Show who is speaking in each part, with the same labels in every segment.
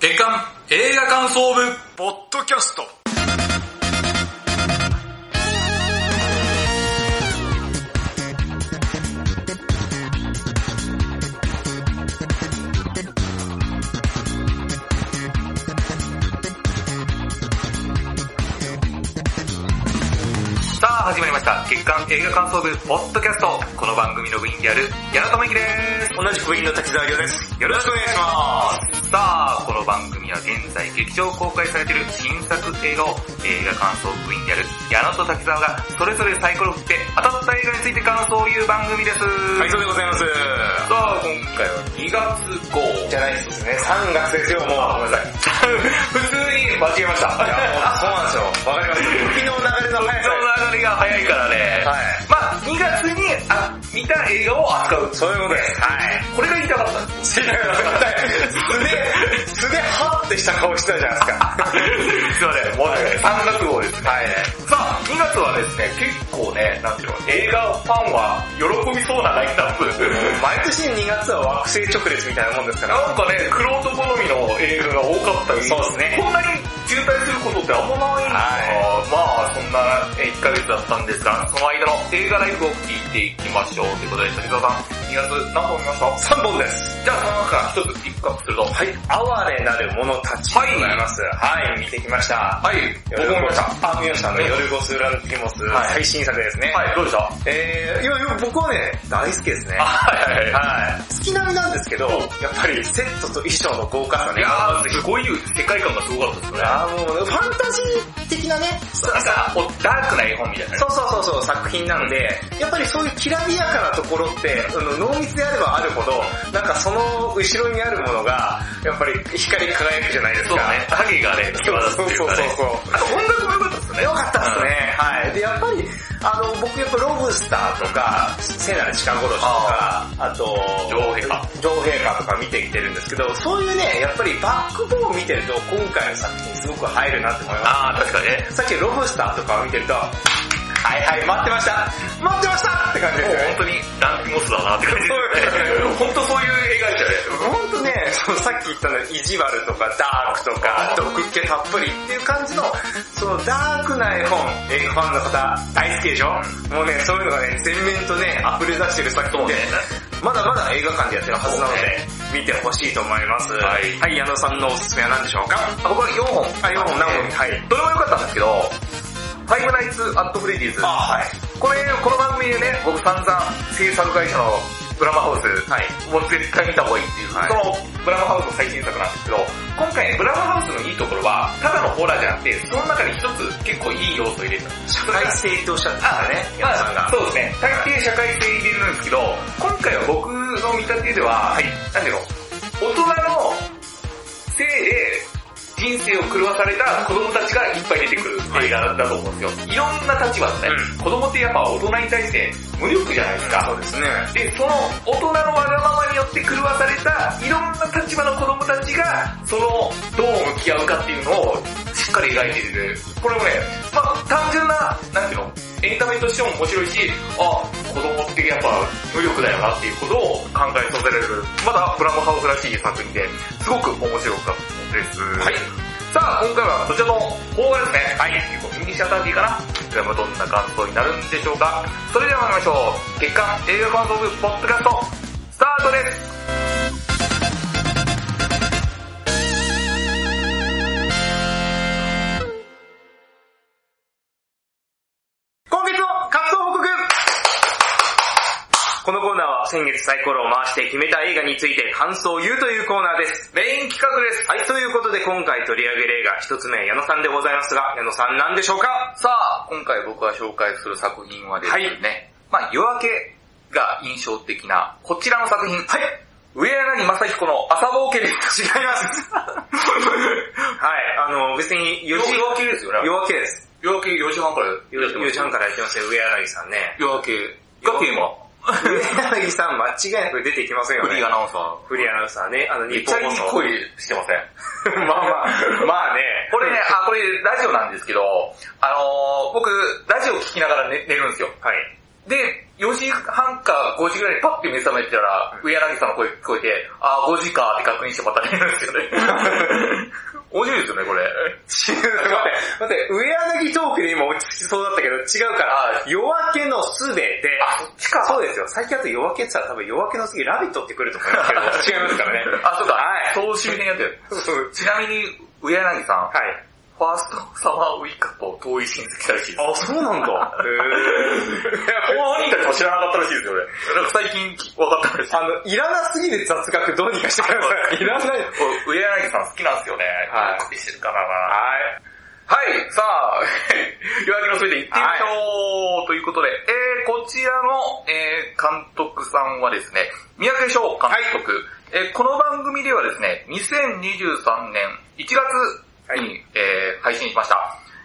Speaker 1: 間映画感想部
Speaker 2: ポッドキャスト
Speaker 1: さあ始まりました月間映画感想部ポッドキャストこの番組の部員である矢野智之です
Speaker 2: 同じ部員の滝沢亮です
Speaker 1: よろしくお願いしますさあこの番組は現在劇場公開されている新作映画を映画感想部員である矢野と滝沢がそれぞれサイコロを振って当たった映画について感想を言う番組です
Speaker 2: はいそうでございます
Speaker 1: さあ今回は2月号
Speaker 2: じゃないですね3月ですよもう
Speaker 1: あごめんなさい普通に間違えました
Speaker 2: いやもうそうなんですよわかります時の流れの速
Speaker 1: そ
Speaker 2: さ
Speaker 1: の流れが早いからね。
Speaker 2: はい
Speaker 1: まあ、2月にあ見た映画を扱う。
Speaker 2: そういうことですはい
Speaker 1: これが言いたかったん です。
Speaker 2: 違う素で素でハッてした顔してたじゃないですか
Speaker 1: すいません、もう3月号ですね。
Speaker 2: はい
Speaker 1: さあ、2月はですね、結構ね、なんていうの、映画ファンは喜びそうなラインナップ。
Speaker 2: 毎年2月は惑星直列みたいなもんですから
Speaker 1: なんかね、クロート好みの映画が多かったり、
Speaker 2: そうですね
Speaker 1: こんなに渋滞することってあんまないのかな、まあ、そんな1ヶ月だったんですが、その間の映画ライフを聞いていきましょう。ということで、滝沢さん、2月何本見ました
Speaker 2: 3本です
Speaker 1: じゃあその中から一つピックアップすると。はい。
Speaker 2: 哀れなる者たちでございますはい見てきました
Speaker 1: はい。僕も見ました。は
Speaker 2: あ、見ました。あの、
Speaker 1: うん
Speaker 2: ヨルゴス・ランティモス、
Speaker 1: はい
Speaker 2: 最新作ですね。
Speaker 1: い、どうでした
Speaker 2: えー、いや、いや僕はね、大好きですね。
Speaker 1: はいはいは
Speaker 2: はい。好きなみなんですけど、やっぱりセットと衣装の豪華さ
Speaker 1: い
Speaker 2: ね。
Speaker 1: やー、すごい世界観がすごかったですよね。
Speaker 2: あーもう、ファンタジー的なね、
Speaker 1: なんか、こうダークな絵本みたいなね。
Speaker 2: そうそうそうそう、作品なので、やっぱりそういうきらびやかなところって、あの濃密であればあるほど、なんかその後ろにあるものが、やっぱり光り輝くじゃないです
Speaker 1: そう
Speaker 2: か。
Speaker 1: ね。影がね、
Speaker 2: そう
Speaker 1: 際
Speaker 2: そう
Speaker 1: 立つってい
Speaker 2: そううそ
Speaker 1: か
Speaker 2: う
Speaker 1: ね。あと音楽も
Speaker 2: そう。
Speaker 1: 良かったですね。
Speaker 2: 良かったですね。はい。で、やっぱり、あの、僕やっぱロブスターとか、聖なる鹿殺しとか、あと、
Speaker 1: 女王陛下。
Speaker 2: 女王陛下とか見てきてるんですけど、そういうね、やっぱりバックボーン見てると、今回の作品すごく入るなって思いま
Speaker 1: あー、確かにね。
Speaker 2: す。さっきロブスターとかを見てると、はいはい、待ってました待ってましたって感じ
Speaker 1: も
Speaker 2: で
Speaker 1: う
Speaker 2: すよ
Speaker 1: 本
Speaker 2: ね。
Speaker 1: 当にランクモスだなって感じですね。 本当そういう映画でしたよね。
Speaker 2: ほんとね、そのさっき言ったの意地悪とかダークとか毒気たっぷりっていう感じの、そのダークな絵本、映画ファンの方大好きでしょもうね、そういうのがね、全面とね、溢れ出してる作
Speaker 1: そ
Speaker 2: 品
Speaker 1: う
Speaker 2: で
Speaker 1: ね、。
Speaker 2: まだまだ映画館でやってるはずなので
Speaker 1: そう、
Speaker 2: 見てほしいと思います。
Speaker 1: はい
Speaker 2: はい、矢野さんのおすすめは何でしょうか
Speaker 1: あ、僕は4本。
Speaker 2: あ、4本何本はい。
Speaker 1: どれも良かったんですけど、ファイブナイツ・アット・フレディーズ。
Speaker 2: あ、はい。
Speaker 1: これ、この番組でね、僕散々制作会社のブラマハウス、
Speaker 2: はい。
Speaker 1: もう絶対見た方がいいっていう、
Speaker 2: はい
Speaker 1: そのブラマハウスの最新作なんですけど、今回ね、ブラマハウスのいいところは、ただのホラーじゃなくて、その中に一つ結構いい要素を入れてた。
Speaker 2: 社会性とおっしゃってましたね、矢野さんが。
Speaker 1: そうですね。大抵社会性入れるんですけど、今回は僕の見立てでは、なんていうの、大人のせいで人生を狂わされた子供たちがいっぱい出てくる映画だと思うんですよ。い、ろんな立場のね、
Speaker 2: う
Speaker 1: 子供ってやっぱ大人に対して無力じゃないですか。
Speaker 2: そうですね。
Speaker 1: で、その大人のわがままによって狂わされたいろんな立場の子供たちが、その、どう向き合うかっていうのをしっかり描いている。これもね、まあ単純な、なんていうの、エンタメとしても面白いし、あ、子供ってやっぱ無力だよなっていうことを考えさせられる、まだブラムハウスらしい作品で、すごく面白かったです。
Speaker 2: はい。
Speaker 1: さあ、今回はそちらの方がですね、はい、ミニシャターティーかなこれもどんな感想になるんでしょうかそれでは参りましょう。月間映画感想部ポッドキャスト、スタートです
Speaker 2: 今月の活動報告このコーナーは先月サイコロを回して決めた映画について感想を言うというコーナーです。
Speaker 1: メイン企画です。
Speaker 2: はい、ということで今回取り上げる映画一つ目、矢野さんでございますが、矢野さんなんでしょうか
Speaker 1: さあ、今回僕が紹介する作品はですね、
Speaker 2: はい
Speaker 1: まあ夜明けが印象的なこちらの作品。はい。上柳正彦の朝冒険です。
Speaker 2: 違います。 はい、あの、別に4
Speaker 1: 夜
Speaker 2: 時、
Speaker 1: 明けですよね。
Speaker 2: 夜明けです。
Speaker 1: 夜明け4時半から
Speaker 2: 4時半からやってますよ、上柳さんね。
Speaker 1: 夜明けがテーマ。
Speaker 2: 上柳さん間違いなく出てきませんよね。
Speaker 1: フリーアナウンサー。
Speaker 2: フリーアナウンサーね、あの、
Speaker 1: めっ
Speaker 2: 日
Speaker 1: ちゃ
Speaker 2: 本
Speaker 1: いい
Speaker 2: 放送。
Speaker 1: 声してません。
Speaker 2: まあまあ、まあね。
Speaker 1: これね、あ、これラジオなんですけど、あのー僕、ラジオ聞きながら寝寝るんですよ。
Speaker 2: はい。
Speaker 1: で、4時半か5時ぐらいにパッて目覚めてたら、上柳さんの声聞こえて、あー5時かって確認してまた寝るんですよね。
Speaker 2: 死ぬ。 待って、待って、上柳トークで今落ち着きそうだったけど、違うから、
Speaker 1: は
Speaker 2: 夜明けのすべて、
Speaker 1: あ、そっちか。
Speaker 2: そうですよ。最近だと夜明けって言ったら多分夜明けの次、ラビットって来ると思いますけど、違いますからね。
Speaker 1: あ、そうか。
Speaker 2: はい
Speaker 1: 総集編やってる。
Speaker 2: そうそう。
Speaker 1: ちなみに、上柳さん、
Speaker 2: はい。
Speaker 1: ファーストサマーウイカと遠い親戚らしいです。
Speaker 2: あ、そう なんだ。
Speaker 1: えこうにっても知らなかったらしいですよ、俺。なんか最近分かったらしい。
Speaker 2: あの、いらなすぎる雑学どうにかしてくだ さい。いらない。はい。
Speaker 1: これ上柳さん好きなんですよね。
Speaker 2: はい
Speaker 1: コピーしてるからな。はい、さあ、 夜明けのすべて行ってみましょう、ということで、えー、こちらの、えー、監督さんはですね、三宅翔監督、えーこの番組ではですね、2023年1月に、
Speaker 2: は
Speaker 1: えー配信しました、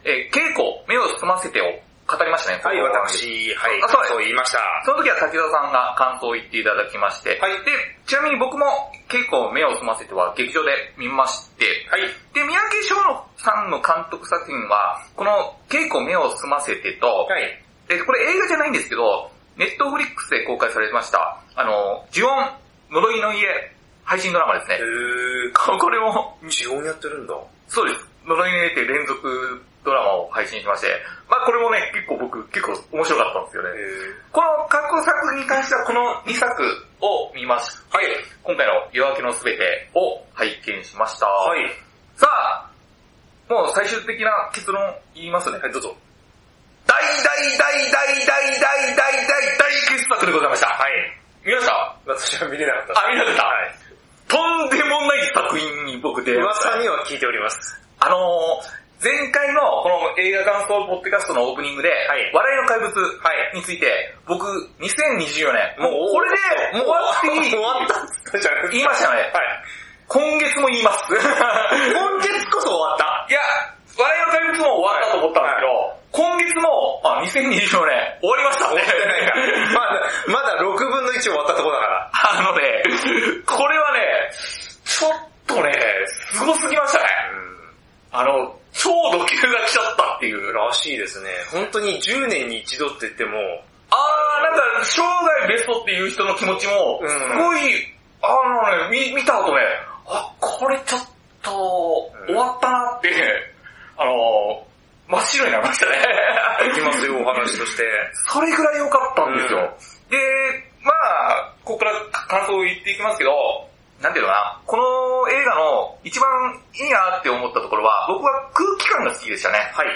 Speaker 1: えー、稽古、目を澄ませてを語りましたね。
Speaker 2: はい、
Speaker 1: この番組
Speaker 2: 私、はい
Speaker 1: あそうです、
Speaker 2: そう言いました。
Speaker 1: その時は滝沢さんが感想を言っていただきまして、
Speaker 2: はい
Speaker 1: で、ちなみに僕も結構目を澄ませては劇場で見まして、
Speaker 2: はい。
Speaker 1: で、三宅翔さんの監督作品は、この稽古目を澄ませてと、
Speaker 2: はい。
Speaker 1: えこれ映画じゃないんですけど、ネットフリックスで公開されました、あの、呪音、呪いの家、配信ドラマですね。
Speaker 2: え
Speaker 1: これも
Speaker 2: ー、地方にやってるんだ。
Speaker 1: そうです。呪いの家って連続ドラマを配信しまして、まあこれもね、結構僕、結構面白かったんですよね。この過去作に関してはこの2作を見まして、
Speaker 2: はい
Speaker 1: 今回の夜明けのすべてを拝見しました。
Speaker 2: はい。
Speaker 1: さあ、もう最終的な結論言いますね。
Speaker 2: はい、どうぞ。
Speaker 1: 大大大大大大大大大傑作でございました。はい。見ました
Speaker 2: 私は見れなかった。
Speaker 1: あ、見なかった、とんでもない作品に僕出会いました
Speaker 2: 噂。には聞いております。
Speaker 1: あのー、前回のこの映画感想ポッドキャストのオープニングで、
Speaker 2: い
Speaker 1: 笑いの怪物について、僕、2024年、もうこれでもう 終わっていい
Speaker 2: 終わったっつったじゃん。
Speaker 1: 言いましたよね。
Speaker 2: はい。
Speaker 1: 今月も言います。
Speaker 2: 今月こそ終わった
Speaker 1: いや、笑いの怪物も終わったと思ったんですけど、今月も、あ、2024年、終わりましたね。
Speaker 2: まだ、まだ6分の1終わったとこだから。
Speaker 1: あのね、これはね、ちょっとね、凄すぎましたね。あの、超度級が来ちゃったっていう。
Speaker 2: らしいですね。本当に10年に一度って言っても、
Speaker 1: あー、なんか、生涯ベストっていう人の気持ちも、
Speaker 2: うん
Speaker 1: すごい、あのね、見見た後ね、あ、これちょっと、終わったなって、あの、真っ白になりましたね。
Speaker 2: いきますよ、お話として。
Speaker 1: それぐらい良かったんですよ。
Speaker 2: うん
Speaker 1: で、まあ、ここから感想を言っていきますけど、なんていうのかな、この映画の一番いいなって思ったところは、僕は空気感が好きでしたね。
Speaker 2: はい。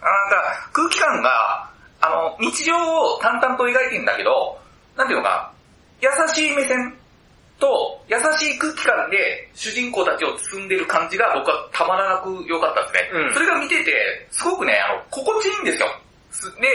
Speaker 1: あなんか空気感が、あの、日常を淡々と描いてるんだけど、なんていうのかな、優しい目線と優しい空気感で主人公たちを包んでる感じが僕はたまらなく良かったですね。
Speaker 2: うん
Speaker 1: それが見てて、すごくね、あの、心地いいんですよ。すで、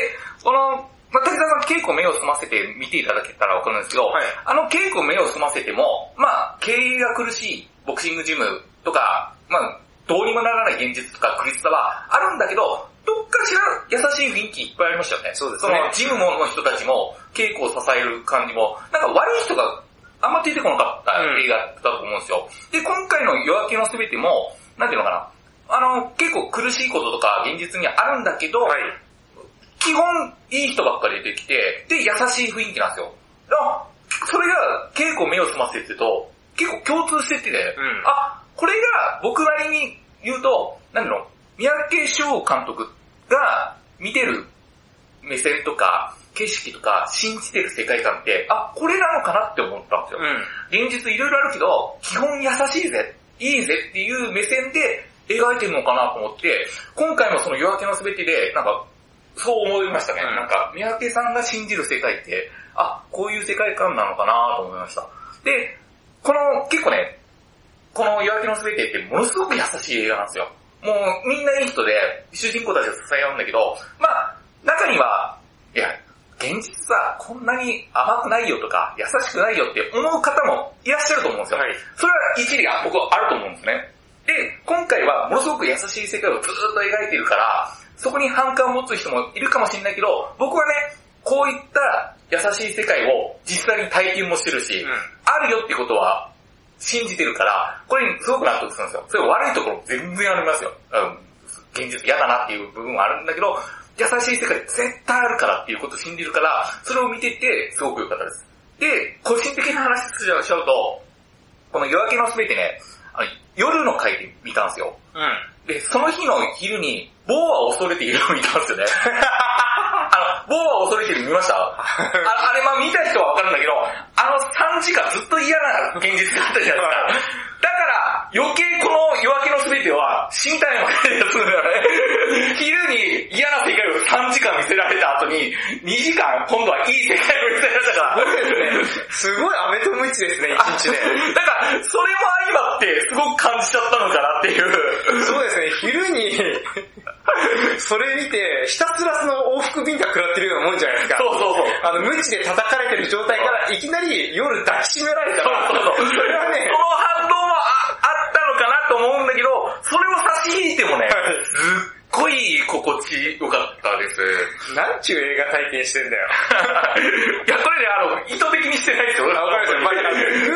Speaker 1: この、まあ、滝沢さん結構目を澄ませて見ていただけたらわかるんですけど、
Speaker 2: はい
Speaker 1: あの稽古目を澄ませても、まあ、経営が苦しいボクシングジムとか、まあ、どうにもならない現実とか苦しさはあるんだけど、どっかしら優しい雰囲気いっぱいありましたよね。
Speaker 2: そうですね
Speaker 1: のジムの人たちも稽古を支える感じも、なんか悪い人があんま出てこなかった
Speaker 2: うん
Speaker 1: 映画だと思うんですよ。で、今回の夜明けのすべても、なんていうのかな、あの、結構苦しいこととか現実にあるんだけど、
Speaker 2: はい。
Speaker 1: 基本いい人ばっかり出てきて、で、優しい雰囲気なんですよ。あ、それが結構目を澄ませてると、結構共通してて、
Speaker 2: うん
Speaker 1: あ、これが僕なりに言うと、なんだろう、三宅翔監督が見てる目線とか、景色とか、信じてる世界観って、あ、これなのかなって思ったんですよ。
Speaker 2: うん。
Speaker 1: 現実いろいろあるけど、基本優しいぜ、いいぜっていう目線で描いてるのかなと思って、今回もその夜明けのすべてで、なんか、そう思いましたね。
Speaker 2: うん
Speaker 1: なんか、三宅さんが信じる世界って、あ、こういう世界観なのかなと思いました。で、この、結構ね、この夜明けのすべてってものすごく優しい映画なんですよ。もうみんないい人で、主人公たちを支え合うんだけど、まあ、中には、いや、現実さ、こんなに甘くないよとか、優しくないよって思う方もいらっしゃると思うんですよ。
Speaker 2: はい。
Speaker 1: それは一理が僕はあると思うんですね。で、今回はものすごく優しい世界をずっと描いてるから、そこに反感を持つ人もいるかもしれないけど、僕はね、こういった優しい世界を実際に体験もしてるし、
Speaker 2: う
Speaker 1: あるよってことは信じてるから、これにすごく納得するんですよ。それ悪いところも全然ありますよ。うん。現実嫌だなっていう部分はあるんだけど、優しい世界絶対あるからっていうことを信じるから、それを見ててすごく良かったです。で、個人的な話しちゃうと、この夜明けのすべてね、あの夜の回で見たんですよ。
Speaker 2: うん。
Speaker 1: で、その日の昼に、某は恐れているを見たんです よね。あの、某は恐れている見ましたああれ、まあ見た人はわかるんだけど、あの3時間ずっと嫌な現実があったじゃないです か。だから、余計この夜明けの全ては、身体のせいだするんだよね。昼に嫌な世界を3時間見せられた後に、2時間今度はいい世界を見せられたから。
Speaker 2: すごいアメとムチですね、一日で。
Speaker 1: だから、それも相まって、すごく感じちゃったのかなっていう。
Speaker 2: そうですね、昼に、 それ見て、ひたすらその往復便が食らってるようなもんじゃないですか。
Speaker 1: そうそうそう。
Speaker 2: あの、無知で叩かれてる状態から、いきなり夜抱きしめられ
Speaker 1: そうそうそう。それ
Speaker 2: たら、れはね
Speaker 1: こ、の反応もああったのかなと思うんだけど、それを差し引いてもね、すっごい心地よかったです。
Speaker 2: なんちゅう映画体験してんだよ。
Speaker 1: いや、これね、あの、意図的にしてないですよ。
Speaker 2: あわかりまし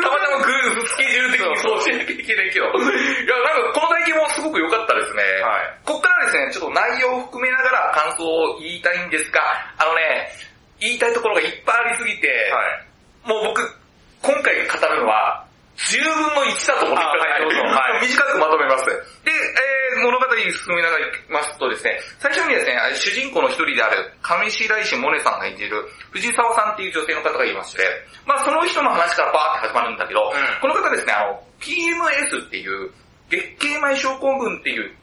Speaker 2: た
Speaker 1: たまたまグースケジュール的にそうしていけないけど。いや、なんかこの体験もすごく良かったですね。
Speaker 2: はい。
Speaker 1: こっからですね、ちょっと内容を含めながら感想を言いたいんですが、あのね、言いたいところがいっぱいありすぎて、
Speaker 2: はい。
Speaker 1: もう僕、今回語るのは、10分の1だと思ってください。
Speaker 2: あはいどうぞは
Speaker 1: 短くまとめます。で、えー、物語に進みながらいきますとですね、最初にですね、主人公の一人である、上白石萌音さんが演じる、藤沢さんっていう女性の方がいまして、まあその人の話からバーって始まるんだけど、
Speaker 2: うん
Speaker 1: この方ですね、あの、PMS っていう、月経前症候群っていう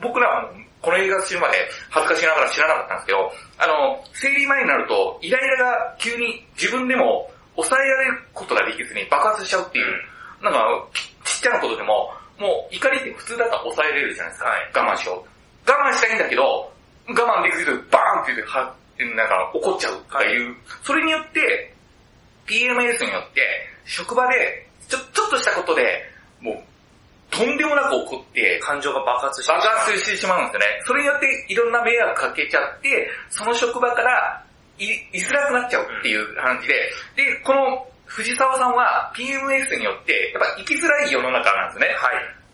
Speaker 1: 僕らはもうこの映画知るまで恥ずかしながら知らなかったんですけど、あの、生理前になると、イライラが急に自分でも抑えられることができずに爆発しちゃうっていう、なんかち、ちっちゃなことでも、もう怒りって普通だったら抑えれるじゃないですか。我慢しよう。我慢したいんだけど、我慢できずバーンって言って、はってなんか怒っちゃうとかいう、それによって、PMS によって、職場で、ちょ、ちょっとしたことで、もう、とんでもなく怒って、
Speaker 2: 感情が爆発して
Speaker 1: 爆発してしまうんですよね。それによっていろんな迷惑かけちゃって、その職場からい居づらくなっちゃうっていう話で、で、この藤沢さんは PMS によって、やっぱ生きづらい世の中なんですね。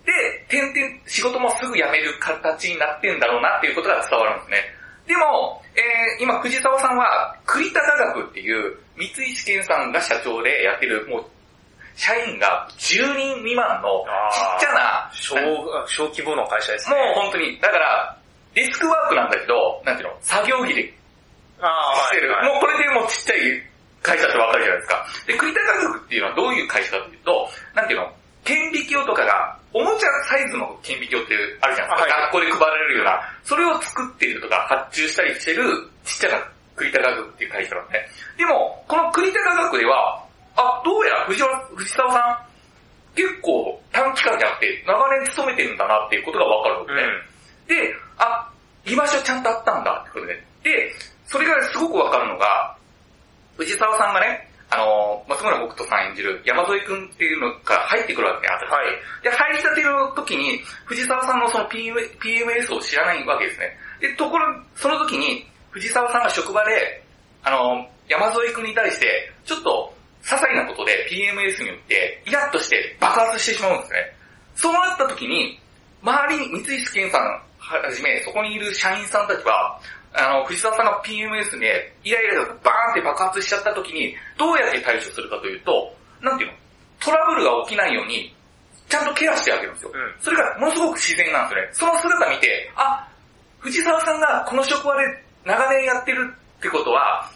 Speaker 1: で、点々、仕事もすぐ辞める形になってんだろうなっていうことが伝わるんですね。でも、えー、今藤沢さんは、栗田科学っていう、三井試験さんが社長でやってる、もう、社員が10人未満のちっちゃな、
Speaker 2: 小、小規模の会社です
Speaker 1: も
Speaker 2: ね。
Speaker 1: う本当に、だから、デスクワークなんだけど、なんていうの、作業着で
Speaker 2: あー
Speaker 1: してる。
Speaker 2: はいはい
Speaker 1: もうこれでもうちっちゃい会社ってわかるじゃないですか。で、栗田家族っていうのはどういう会社かっていうと、なんていうの、顕微鏡とかが、おもちゃサイズの顕微鏡っていうあるじゃないですか。
Speaker 2: はい
Speaker 1: 学校で配られるような、それを作っているとか発注したりしてるちっちゃな栗田家族っていう会社なんで、ね。でも、この栗田家族では、あ、どうやら藤原藤沢さん、結構短期間じゃなくて、長年勤めてるんだなっていうことがわかるんですね。で、あ、居場所ちゃんとあったんだってことで。で、それがすごくわかるのが、藤沢さんがね、あの、松村北斗さん演じる山添くんっていうのから入ってくるわけね、後で。
Speaker 2: はい
Speaker 1: で、入りたての時に、藤沢さんのその PM PMS を知らないわけですね。で、ところ、その時に、藤沢さんが職場で、あの、山添くんに対して、ちょっと、些細なことで PMS によって、イラッとして爆発してしまうんですね。そうなった時に、周りに三井試験さんはじめ、そこにいる社員さんたちは、あの、藤沢さんが PMS で、イライラがバーンって爆発しちゃった時に、どうやって対処するかというと、なんていうのトラブルが起きないように、ちゃんとケアしてあげるんですよ。
Speaker 2: うん
Speaker 1: それがものすごく自然なんですよね。その姿見て、あ、藤沢さんがこの職場で長年やってるってことは、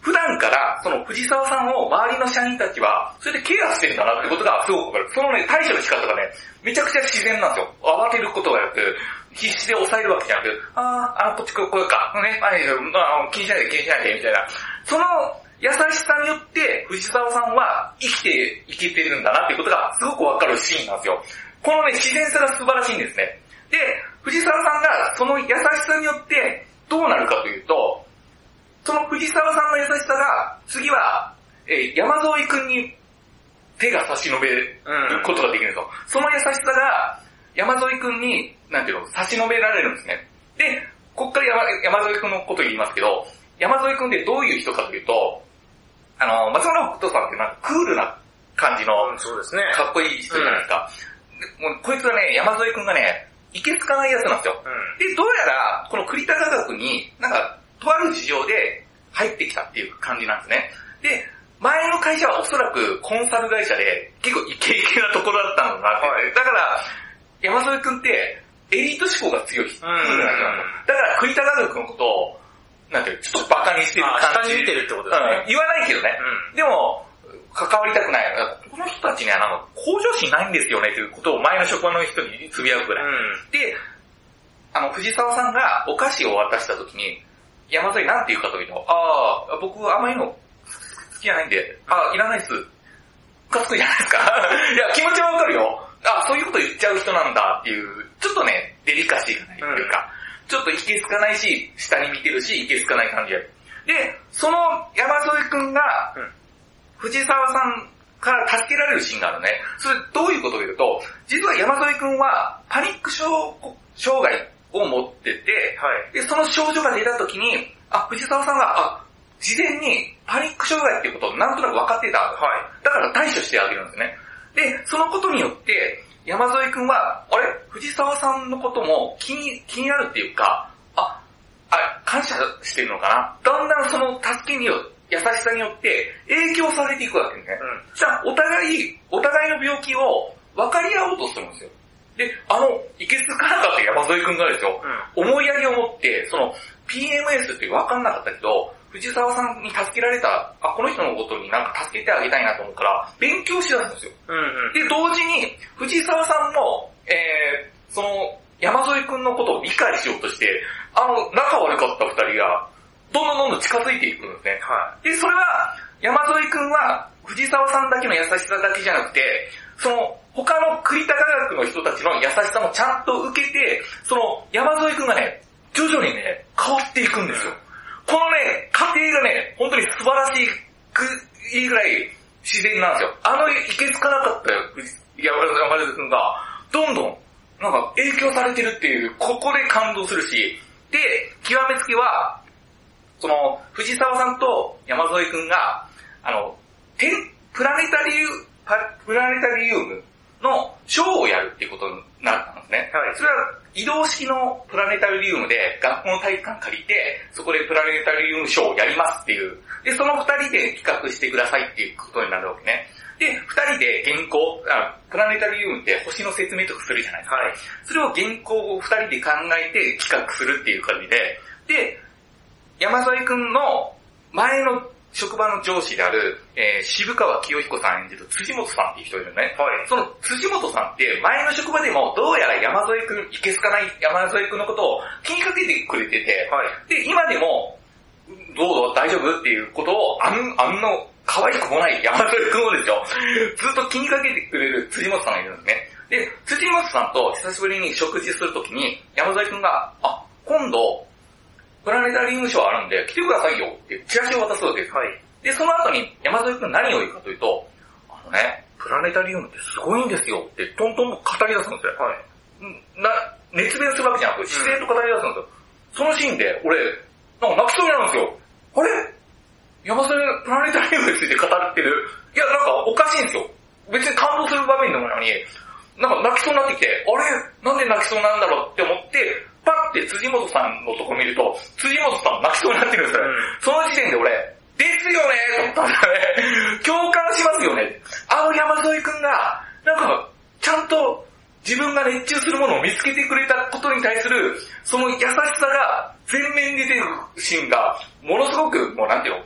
Speaker 1: 普段からその藤沢さんを周りの社員たちは、それでケアしてるんだなってことがすごくわかる。そのね、対処の仕方がね、めちゃくちゃ自然なんですよ。慌てることがなく、必死で抑えるわけじゃなく、あー、あの、こっち来よう、こうか。ね、あいやまああの、気にしないで、気にしないで、みたいな。その優しさによって、藤沢さんは生きていけてるんだなっていうことがすごくわかるシーンなんですよ。このね、自然さが素晴らしいんですね。で、藤沢さんがその優しさによってどうなるかというと、その藤沢さんの優しさが、次は、えー山添くんに手が差し伸べる
Speaker 2: うん
Speaker 1: ことができるんですよ。その優しさが、山添くんに、なんていうの、差し伸べられるんですね。で、こっから山山添くんのこと言いますけど、山添くんってどういう人かというと、あの、松村北斗さんってなんかクールな感じの
Speaker 2: うんそうですね。
Speaker 1: かっこいい人じゃないですか。でもうこいつはね、山添くんがね、いけつかないやつなんですよ。
Speaker 2: うん
Speaker 1: で、どうやら、この栗田科学に、なんか、とある事情で入ってきたっていう感じなんですね。で、前の会社はおそらくコンサル会社で結構イケイケなところだったのかなって。だから、山添くんってエリート志向が強い人
Speaker 2: うん
Speaker 1: なんだよだから栗田和くんのことを、なんていうのちょっとバカにしてる
Speaker 2: あ
Speaker 1: 感
Speaker 2: 下
Speaker 1: じ。
Speaker 2: に見てるってことです
Speaker 1: うん
Speaker 2: ね。
Speaker 1: 言わないけどね。
Speaker 2: う
Speaker 1: でも、関わりたくない。この人たちにはなんか向上心ないんですよねということを前の職場の人につぶやくぐらい。で、あの、藤沢さんがお菓子を渡したときに、山添なんて言うかというと、ああ、僕甘いの好きじゃないんで、ああ、いらないっす。かっこいいじゃないですか。 いや、気持ちはわかるよ。あそういうこと言っちゃう人なんだっていう、ちょっとね、デリカシーがないというか、ちょっといけつかないし、下に見てるし、いけつかない感じやる。で、その山添くんが
Speaker 2: うん、
Speaker 1: 藤沢さんから助けられるシーンがあるのね。それどういうことかというと、実は山添くんはパニック症障害を持ってて、
Speaker 2: はい。
Speaker 1: で、その症状が出た時に、あ、藤沢さんが、あ、事前にパニック障害っていうことをなんとなく分かってた。
Speaker 2: は
Speaker 1: だから対処してあげるんですね。で、そのことによって、山添くんは、あれ藤沢さんのことも気に、気になるっていうか、あ、あ、感謝してるのかなだんだんその助けによ、優しさによって影響されていくわけですね
Speaker 2: い。。うん。
Speaker 1: じゃあ、お互い、お互いの病気を分かり合おうとするんですよ。で、あの、いけつかなかった山添くんがですよ、
Speaker 2: うん。
Speaker 1: 思いやりを持って、その PMS って分かんなかったけど、藤沢さんに助けられた、あ、この人のことになんか助けてあげたいなと思うから、勉強しだすんですよ。
Speaker 2: うんうん。
Speaker 1: で、同時に、藤沢さんの、えー、その、山添くんのことを理解しようとして、あの、仲悪かった二人が、どんどんどんどん近づいていくんですね。
Speaker 2: は
Speaker 1: で、それは、山添くんは、藤沢さんだけの優しさだけじゃなくて、その、他の栗田科学の人たちの優しさもちゃんと受けて、その、山添くんがね、徐々にね、変わっていくんですよ。このね、過程がね、本当に素晴らしいく、いいぐらい自然なんですよ。あの、いけつかなかったよ、藤山山添くんが、どんどん、なんか影響されてるっていう、ここで感動するし、で、極めつきは、その、藤沢さんと山添くんが、あの、天、プラネタリウ、パプラネタリウムのショーをやるっていうことになったんですね。
Speaker 2: はい
Speaker 1: それは移動式のプラネタリウムで学校の体育館借りて、そこでプラネタリウムショーをやりますっていう。で、その二人で企画してくださいっていうことになるわけね。で、二人で原稿、あプラネタリウムって星の説明とかするじゃないですか。
Speaker 2: はい。
Speaker 1: それを原稿を二人で考えて企画するっていう感じで、で、山添くんの前の職場の上司である、えー渋川清彦さん演じる辻元さんっていう人いるよね。
Speaker 2: はい。
Speaker 1: その辻元さんって前の職場でもどうやら山添くん、いけすかない山添くんのことを気にかけてくれてて、
Speaker 2: はい。
Speaker 1: で、今でも、どうぞ大丈夫っていうことを、あん、あんの、可愛くもない山添くんをですよ、ずっと気にかけてくれる辻本さんがいるんですね。で、辻本さんと久しぶりに食事するときに、山添くんが、あ、今度、プラネタリウムショーあるんで来てくださいよってチラシを渡すわけです。
Speaker 2: はい。
Speaker 1: で、その後に山添くん何を言うかというと、あのね、プラネタリウムってすごいんですよってトントン語り出すんですよ。
Speaker 2: はい。
Speaker 1: な、熱弁するわけじゃなく、自然と語り出すんですよ。そのシーンで、俺、なんか泣きそうになるんですよ。あれ山添プラネタリウムについて語ってる。いや、なんかおかしいんですよ。別に感動する場面でもないのに、なんか泣きそうになってきて、あれなんで泣きそうなんだろうって思って、パッて辻元さんのとこ見ると、辻元さん泣きそうになってるんですよ。
Speaker 2: うん
Speaker 1: その時点で俺、ですよねと思ったんだよね。共感しますよね。あの山添くんが、なんか、ちゃんと自分が熱中するものを見つけてくれたことに対する、その優しさが全面に出てるシーンが、ものすごく、もうなんていうの、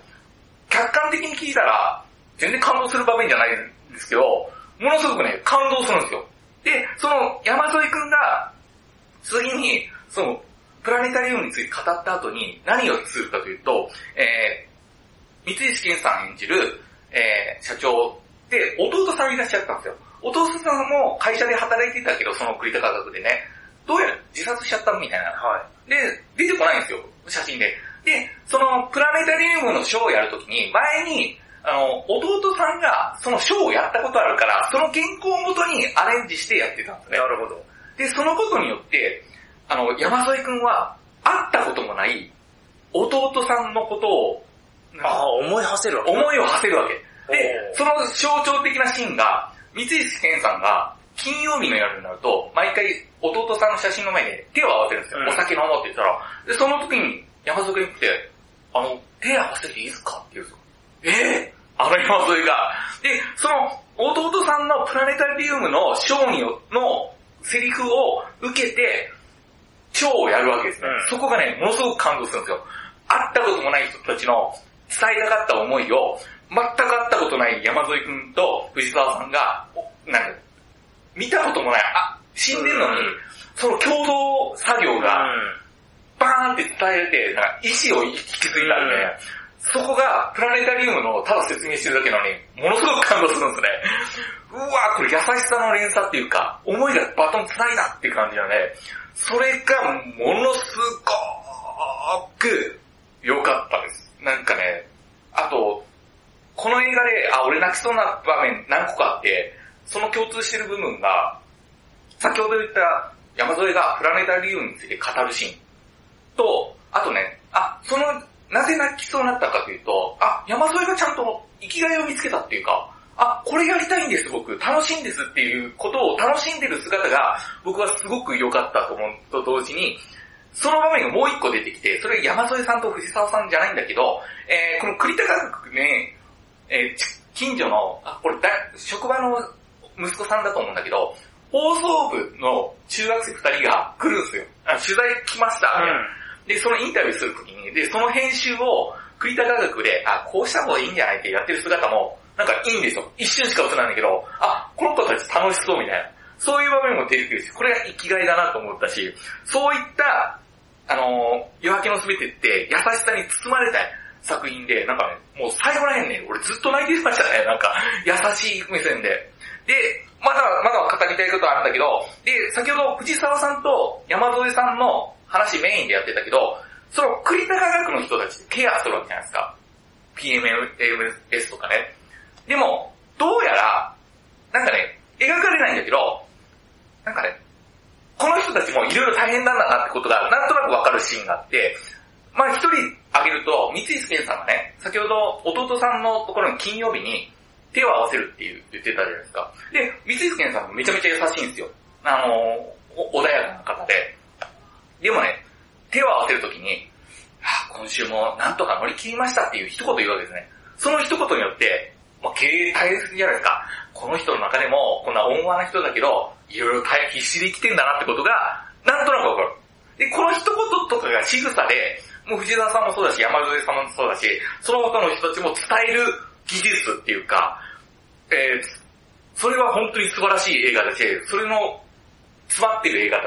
Speaker 1: 客観的に聞いたら、全然感動する場面じゃないんですけど、ものすごくね、感動するんですよ。で、その山添くんが、次に、その、プラネタリウムについて語った後に何をするかというと、えー、三石健さん演じる、えー、社長で、弟さんいらっしゃったんですよ。弟さんも会社で働いてたけど、その栗田科学でね、どうやら自殺しちゃったみたいな
Speaker 2: は
Speaker 1: で、出てこないんですよ、写真で。で、そのプラネタリウムのショーをやるときに、前に、あの、弟さんがそのショーをやったことあるから、その原稿をもとにアレンジしてやってたんです
Speaker 2: い。
Speaker 1: ね
Speaker 2: な。るほど。
Speaker 1: で、そのことによって、あの、山添くんは、会ったこともない、弟さんのことを、
Speaker 2: ああ、思い馳せるわ。
Speaker 1: 思いを馳せるわけ。
Speaker 2: お
Speaker 1: で、
Speaker 2: ー
Speaker 1: その象徴的なシーンが、三石健さんが、金曜日の夜になると、毎回弟さんの写真の前で手を合わせるんですよ。
Speaker 2: うん
Speaker 1: お酒飲もうって言ったら、で、その時に山添君って、あの、手合わせていいですかって言うんですよ。えぇ、あの山添が。で、その、弟さんのプラネタリウムのショーにのセリフを受けて、蝶をやるわけですね、
Speaker 2: うん
Speaker 1: そこがね、ものすごく感動するんですよ。会ったこともない人たちの伝えたかった思いを、全く会ったことない山添くんと藤沢さんが、おなんか、見たこともない、あ、死んでるのに、
Speaker 2: うん
Speaker 1: その共同作業が、
Speaker 2: う
Speaker 1: バーンって伝えて、なんか意志を引き継いだんで、
Speaker 2: うん
Speaker 1: そこがプラネタリウムのただ説明してるだけなのに、ものすごく感動するんですね。うわーこれ優しさの連鎖っていうか、思いがバトン繋いだっていう感じなので、それがものすごく良かったです。なんかね、あと、この映画で、あ、俺泣きそうな場面何個かあって、その共通してる部分が、先ほど言った山添がプラネタリウムについて語るシーンと、あとね、あ、その、なぜ泣きそうになったかというと、あ、山添がちゃんと生きがいを見つけたっていうか、あ、これやりたいんです僕、楽しいんですっていうことを楽しんでる姿が僕はすごく良かったと思うと同時に、その場面がもう一個出てきて、それ山添さんと藤沢さんじゃないんだけど、えー、この栗高くね、えーち近所の、あ、これだ、職場の息子さんだと思うんだけど、放送部の中学生二人が来るんですよ。あ取材来ました、
Speaker 2: ん。
Speaker 1: で、そのインタビューするときに、で、その編集を栗田科学で、あ、こうした方がいいんじゃないってやってる姿も、なんかいいんですよ。一瞬しか映らないんだけど、あ、この子たち楽しそうみたいな。そういう場面も出てくるし、これが生きがいだなと思ったし、そういった、あのー夜明けのすべてって優しさに包まれた作品で、なんかね、もう最後らへんね、俺ずっと泣いてましたね、なんか、優しい目線で。で、まだ、まだ語りたいことはあるんだけど、で、先ほど藤沢さんと山添さんの話メインでやってたけど、その栗田科学の人たちってケアするわけじゃないですか。PMS とかね。でも、どうやら、なんかね、描かれないんだけど、なんかね、この人たちもいろいろ大変なんだなってことがなんとなくわかるシーンがあって、まあ一人挙げると、三井健さんがね、先ほど弟さんのところに金曜日に手を合わせるっていう言ってたじゃないですか。で、三井健さんもめちゃめちゃ優しいんですよ。あのお、穏やかな方で。でもね、手を合わせるときに、はあ今週もなんとか乗り切りましたっていう一言言うわけですね。その一言によって、まあ、経営大変じゃないですか。この人の中でも、こんな温和な人だけど、いろいろ大変必死で生きてんだなってことが、なんとなくわかる。で、この一言とかが仕草で、もう藤沢さんもそうだし、山添さんもそうだし、その他の人たちも伝える技術っていうか、えーそれは本当に素晴らしい映画だし、それの詰まってる映画だ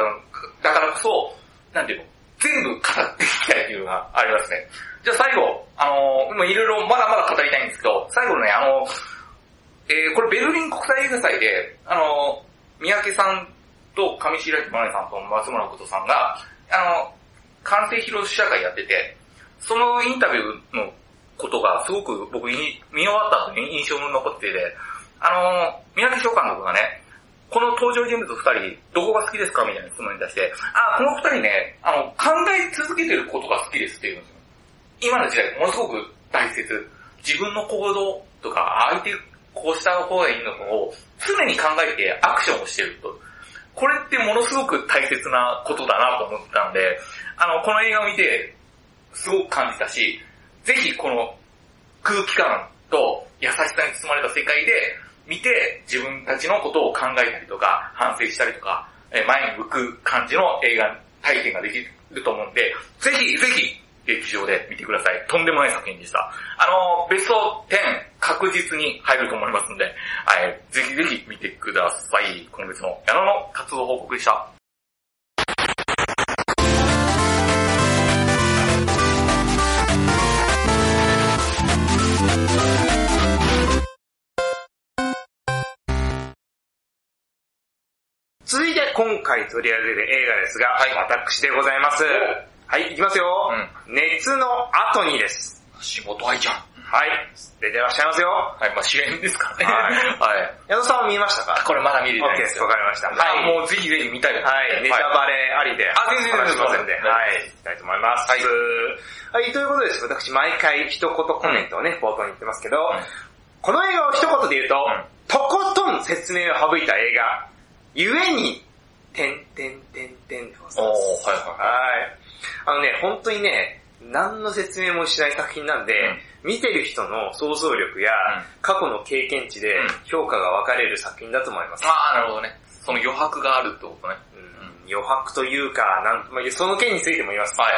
Speaker 1: だからこそ、なんていうの、全部語っていきたいっていうのがありますね。じゃあ最後、あのー、もういろいろまだまだ語りたいんですけど、最後のね、あのー、えー、これベルリン国際映画祭で、あのー、三宅さんと上白石萌音さんと松村琴さんが、あのー、完成披露試写会やってて、そのインタビューのことがすごく僕に見終わった後に印象に残ってて、あのー、三宅翔監督がね、この登場人物二人、どこが好きですかみたいな質問に対して、あ、この二人ね、あの、考え続けてることが好きですって言うんですよ。今の時代、ものすごく大切。自分の行動とか、相手こうした方がいいのかを常に考えてアクションをしてると。これってものすごく大切なことだなと思ったんで、あの、この映画を見て、すごく感じたし、ぜひこの空気感と優しさに包まれた世界で見て自分たちのことを考えたりとか反省したりとかえー前に向く感じの映画体験ができると思うんで、ぜひぜひ劇場で見てください。とんでもない作品でした。あのー、ベスト10確実に入ると思いますので、はいぜひぜひ見てください。今月の矢野の活動報告でした。
Speaker 2: 続いて今回取り上げる映画ですが、
Speaker 1: はい
Speaker 2: 私でございます。はい、いきますよ。熱の後にです。
Speaker 1: 仕事愛じゃん。
Speaker 2: はい、出てらっしゃいますよ。
Speaker 1: はい、まあ主演ですからね。
Speaker 2: はい
Speaker 1: はい。
Speaker 2: 矢野さんは見ましたか
Speaker 1: これまだ見れてないん
Speaker 2: ?OK で、
Speaker 1: ですす
Speaker 2: わ
Speaker 1: よ。
Speaker 2: かりました。
Speaker 1: はい、もうぜひぜひ見たいです。
Speaker 2: はい、ネタバレありで。
Speaker 1: あ全然
Speaker 2: 話しませんで。
Speaker 1: 全然
Speaker 2: はい、いきたいと思います。
Speaker 1: はい
Speaker 2: はい、ということでです、私毎回一言コメントをね、冒頭に言ってますけど、
Speaker 1: ん
Speaker 2: この映画を一言で言うと、
Speaker 1: うん
Speaker 2: とことん説明を省いた映画、ゆえに、てんてんてんてんでございま
Speaker 1: お
Speaker 2: す。
Speaker 1: ーはい
Speaker 2: はい。あのね、本当にね、何の説明もしない作品なんで、見てる人の想像力や
Speaker 1: うん
Speaker 2: 過去の経験値で
Speaker 1: うん
Speaker 2: 評価が分かれる作品だと思います。
Speaker 1: ああ、なるほどね。その余白があるってことね。
Speaker 2: うん余白というか、なんまあその件についても言います。
Speaker 1: はい。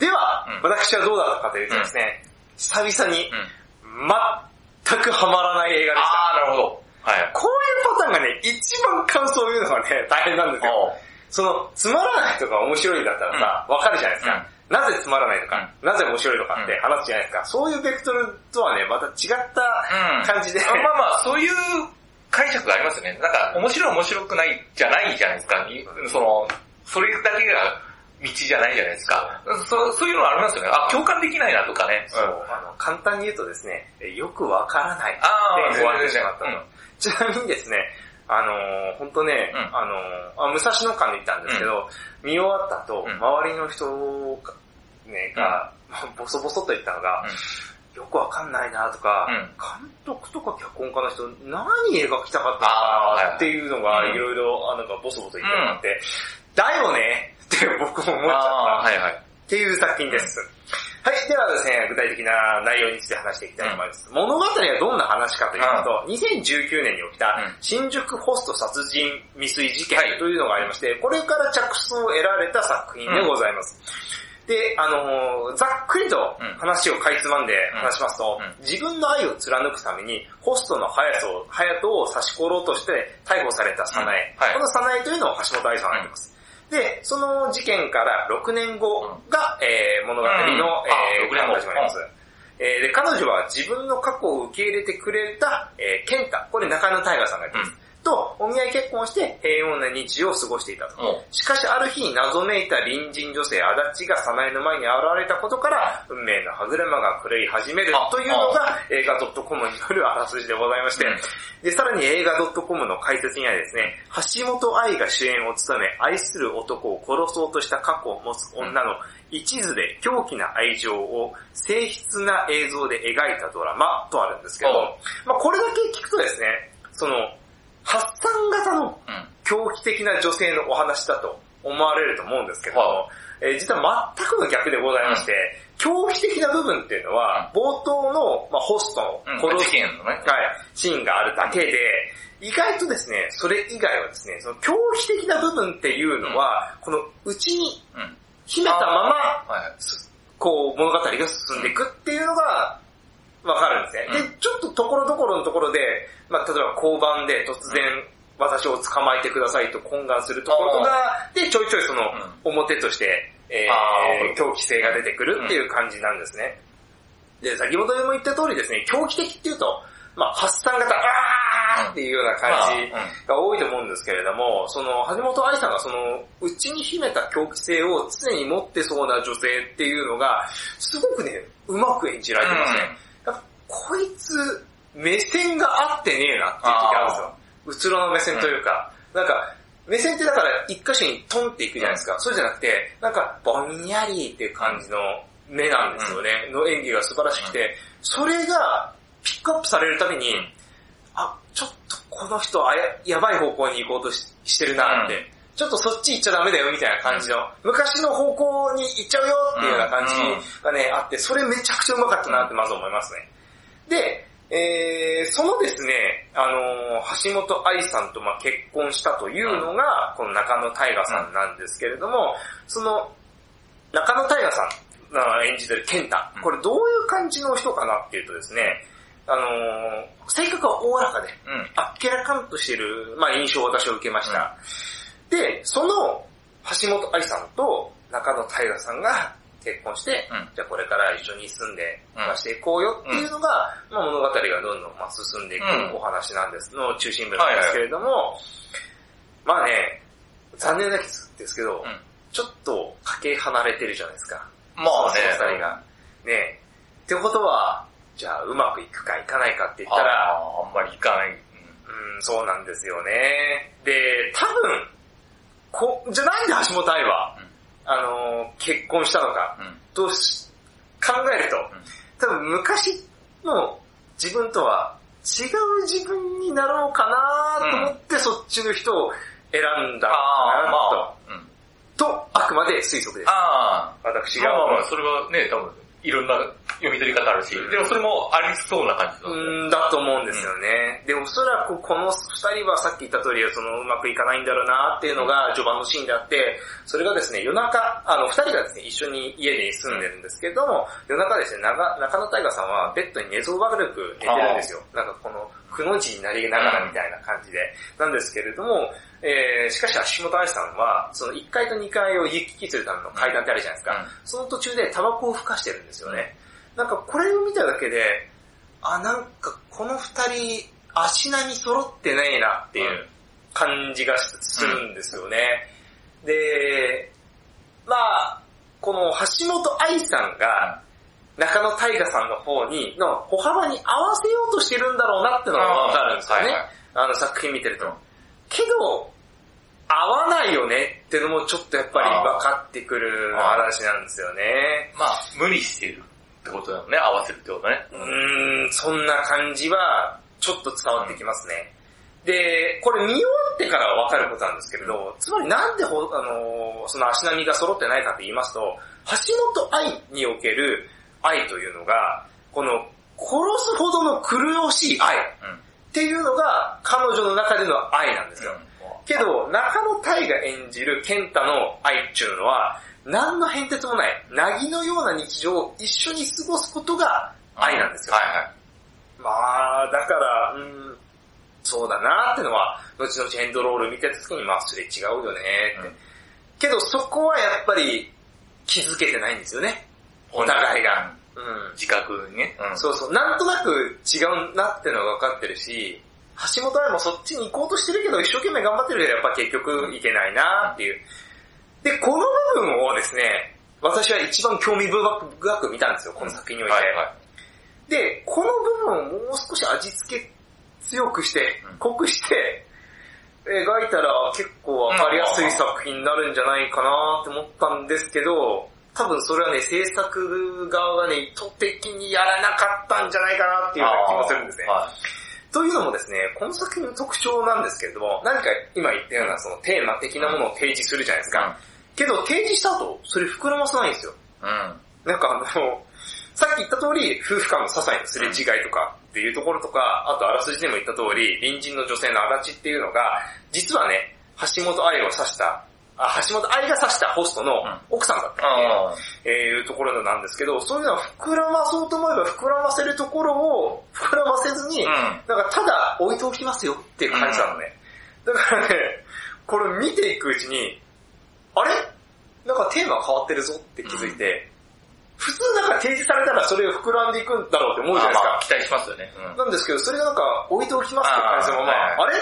Speaker 2: では、
Speaker 1: うん
Speaker 2: 私はどうだったかというとですね、久々
Speaker 1: う
Speaker 2: に
Speaker 1: ん。
Speaker 2: 全くハマらない映画でした。
Speaker 1: ああ、なるほど。はい。
Speaker 2: こういうパターンがね、一番感想を言うのがね、大変なんですよ。
Speaker 1: おう
Speaker 2: その、つまらないとか面白いだったらさ、わ、かるじゃないですか。なぜつまらないとか、なぜ面白いとかって話すじゃないですか。そういうベクトルとはね、また違った感じで、
Speaker 1: まあまあ、そういう解釈がありますよね。なんか、面白い面白くないじゃないじゃないですか。にその、それだけが道じゃないじゃないですか。そそういうのありますよね。あ、共感できないなとかね。
Speaker 2: そうあの簡単に言うとですね、えよくわからない。
Speaker 1: ああ、
Speaker 2: で終わってしまったとちなみにですね、あのー、ほんとね、
Speaker 1: うん
Speaker 2: あのーあ、武蔵野館に行ったんですけど、見終わった後、
Speaker 1: うん
Speaker 2: 周りの人が、ね、が、 ボソボソと言ったのが、よくわかんないなとか、
Speaker 1: うん
Speaker 2: 監督とか脚本家の人、何描きたか
Speaker 1: あー
Speaker 2: ったのか
Speaker 1: はい
Speaker 2: なっていうのが、
Speaker 1: うん
Speaker 2: いろいろ、あなんかボソボソ言ってもらって、だよねって僕も思っちゃった
Speaker 1: ああー、はいはい。
Speaker 2: っていう作品です。はい、ではですね、具体的な内容について話していきたいと思います。物語はどんな話かというと、2019年に起きた
Speaker 1: うん
Speaker 2: 新宿ホスト殺人未遂事件
Speaker 1: はい
Speaker 2: というのがありまして、これから着想を得られた作品でございます。で、あのーざっくりと
Speaker 1: うん
Speaker 2: 話をかいつまんで話しますと、
Speaker 1: うん
Speaker 2: 自分の愛を貫くために、ホストの隼人を、隼人を刺し殺ろうとして逮捕された早
Speaker 1: う
Speaker 2: 苗。
Speaker 1: んはい
Speaker 2: この早苗というのを橋本愛さんが挙げてます。で、その事件から6年後が、えー物語の、
Speaker 1: うん
Speaker 2: えー
Speaker 1: あ6年後
Speaker 2: 始まります。えーで、彼女は自分の過去を受け入れてくれた、えー、健太、これ中野大河さんが言ってます。と、お見合い結婚して平穏な日常を過ごしていたと。
Speaker 1: おう
Speaker 2: しかしある日、謎めいた隣人女性、足立が早苗の前に現れたことから、運命の歯車が狂い始める
Speaker 1: あ
Speaker 2: というのが映画 .com によるあらすじでございまして
Speaker 1: うん、
Speaker 2: で、さらに映画 .com の解説にはですね、橋本愛が主演を務め、愛する男を殺そうとした過去を持つ女の一途で狂気な愛情を静筆な映像で描いたドラマとあるんですけ
Speaker 1: おう
Speaker 2: ど、まあこれだけ聞くとですね、その、発散型の
Speaker 1: うん。
Speaker 2: 狂気的な女性のお話だと思われると思うんですけども、
Speaker 1: は
Speaker 2: えー実は全くの逆でございまして、狂気的な部分っていうのは、冒頭の、まあ、ホストの
Speaker 1: うん。
Speaker 2: 殺
Speaker 1: 事
Speaker 2: す、
Speaker 1: 件のね。
Speaker 2: はい、シーンがあるだけで、意外とですね、それ以外はですね、その狂気的な部分っていうのは、この内に
Speaker 1: うん。
Speaker 2: 秘めたまま
Speaker 1: はいはい。
Speaker 2: こう、物語が進んでいくっていうのが、わかるんですね。
Speaker 1: う
Speaker 2: で、ちょっとところどころのところで、まあ、例えば交番で突然、私を捕まえてくださいと懇願するところが、で、ちょいちょいその、表として、え
Speaker 1: あ
Speaker 2: ー、狂気性が出てくるっていう感じなんですね。で、先ほども言った通りですね、狂気的っていうと、まあ、発散型、あーっていうような感じ
Speaker 1: まあうん
Speaker 2: が多いと思うんですけれども、その、橋本愛さんがその、内に秘めた狂気性を常に持ってそうな女性っていうのが、すごくね、うまく演じられてますね。なんかこいつ、目線が合ってねえなっていう時あるんですよ。うつろの目線というか、なんか、目線ってだから一箇所にトンっていくじゃないですか。そうじゃなくて、なんか、ぼんやりっていう感じの目なんですよね。の演技が素晴らしくて、それがピックアップされるたびに、あ、ちょっとこの人あや、やばい方向に行こうとししてるなって、
Speaker 1: うん
Speaker 2: ちょっとそっち行っちゃダメだよみたいな感じの、昔の方向に行っちゃうよっていうような感じがね、あって、それめちゃくちゃうまかったなってまず思いますね。で、えー、そのですね、あのー橋本愛さんとまあ結婚したというのが、この中野大河さんなんですけれども、その、中野大河さんが演じてる健太
Speaker 1: うん、
Speaker 2: これどういう感じの人かなっていうとですね、あのー性格はおおらかで、
Speaker 1: うん。うん。
Speaker 2: あっけらかんとしてる、まあ、印象を私は受けました。で、その、橋本愛さんと中野平さんが結婚して、
Speaker 1: うん
Speaker 2: じゃあこれから一緒に住んで暮らしていこうよっていうのが、まあ、物語がどんどんまあ進んでいく
Speaker 1: うん
Speaker 2: お話なんです、の中心部なんですけれども、まあね、残念なけですけど、
Speaker 1: うん
Speaker 2: ちょっとかけ離れてるじゃないですか。
Speaker 1: まあね。
Speaker 2: その二人が。ねってことは、じゃあうまくいくかいかないかって言ったら、
Speaker 1: あーあんまりいかない。うん
Speaker 2: うん、そうなんですよね。で、多分、こ、じゃあなんで橋本愛は、
Speaker 1: うん
Speaker 2: あのー、結婚したのか、
Speaker 1: うん。
Speaker 2: とし、考えると、多分昔の自分とは違う自分になろうかなと思って、そっちの人を選んだの
Speaker 1: ああ、ま
Speaker 2: かな
Speaker 1: あ、うん。
Speaker 2: と、と、あくくまで推測です。
Speaker 1: あ
Speaker 2: 私
Speaker 1: あ。ま
Speaker 2: が。
Speaker 1: あまあまあ、それはね、多分、いろんな読み取り方あるし、でもそれもありそうな感じだ。
Speaker 2: うんだと思うんですよね。で、おそらくこの二人はさっき言った通り、そのうまくいかないんだろうなっていうのが序盤のシーンであって、それがですね、夜中、あの、二人がですね、一緒に家に住んでるんですけれども、夜中ですね、中中野大河さんはベッドに寝相悪く寝てるんですよ。なんかこの、くの字になりながらみたいな感じで。なんですけれども、えー、しかし足元愛さんは、その1階と2階を行き来するための階段ってあるじゃないです
Speaker 1: う
Speaker 2: か。
Speaker 1: ん
Speaker 2: その途中でタバコをふかしてるんですよね。なんかこれを見ただけで、あ、なんかこの二人、足並み揃ってないなっていう感じがしするんですよね。で、まあこの橋本愛さんが、中野大河さんの方に、の歩幅に合わせようとしてるんだろうなってのがわかるんですよね。
Speaker 1: はいはい
Speaker 2: あの作品見てると。けど、合わないよねってのもちょっとやっぱり分かってくる話なんですよね。
Speaker 1: まあ、無理してるってことだよね、合わせるってことね。
Speaker 2: うーん、そんな感じは、ちょっと伝わってきますね。で、これ見終わってからはわかることなんですけれど、つまりなんでほ、あのーその足並みが揃ってないかと言いますと、橋本愛における愛というのが、この、殺すほどの狂しい愛っ
Speaker 1: うん。
Speaker 2: ていうのが彼女の中での愛なんですよ。けど、中野大が演じる健太の愛っていうのは、何の変哲もない、なぎのような日常を一緒に過ごすことが愛なんですよ。
Speaker 1: はいはい。
Speaker 2: まあ、だから、うん、そうだなってのは、後々エンドロール見てた時に、まあ、それ違うよねって、
Speaker 1: うん
Speaker 2: けど、そこはやっぱり、気づけてないんですよね。お互いが。うん。
Speaker 1: 自覚にね。うん
Speaker 2: そうそう、なんとなく違うなってのが分かってるし、橋本愛もそっちに行こうとしてるけど、一生懸命頑張ってるけど、やっぱ結局いけないなっていう。で、この部分をですね、私は一番興味深く見たんですよ、この作品において。
Speaker 1: はいはい。
Speaker 2: で、この部分をもう少し味付け強くして
Speaker 1: うん、
Speaker 2: 濃くして、描いたら結構わかりやすい作品になるんじゃないかなって思ったんですけど、多分それはね、制作側がね、意図的にやらなかったんじゃないかなっていうような気もするんですね。
Speaker 1: は
Speaker 2: というのもですね、この作品の特徴なんですけれども、何か今言ったようなそのテーマ的なものを提示するじゃないですか。けど提示した後、それ膨らまさないんですよ。
Speaker 1: い。うん。
Speaker 2: なんかあの、さっき言った通り、夫婦間の些細なすれ違いとかっていうところとか、あとあらすじでも言った通り、隣人の女性の足立っていうのが、実はね、橋本愛を指した、あ、橋本愛が指したホストの
Speaker 1: うん
Speaker 2: 奥さんだったっていう、えーいうところなんですけど、そういうのは膨らまそうと思えば膨らませるところを膨らませずに、
Speaker 1: うん。
Speaker 2: なんかただ置いておきますよっていう感じなのね。だからね、これ見ていくうちに、あれなんかテーマ変わってるぞって気づいて、普通なんか提示されたらそれを膨らんでいくんだろうって思うじゃないです
Speaker 1: まあ
Speaker 2: か。
Speaker 1: 期待しますよね。うん
Speaker 2: なんですけど、それがなんか置いておきますって感じのまま、
Speaker 1: あー
Speaker 2: あれ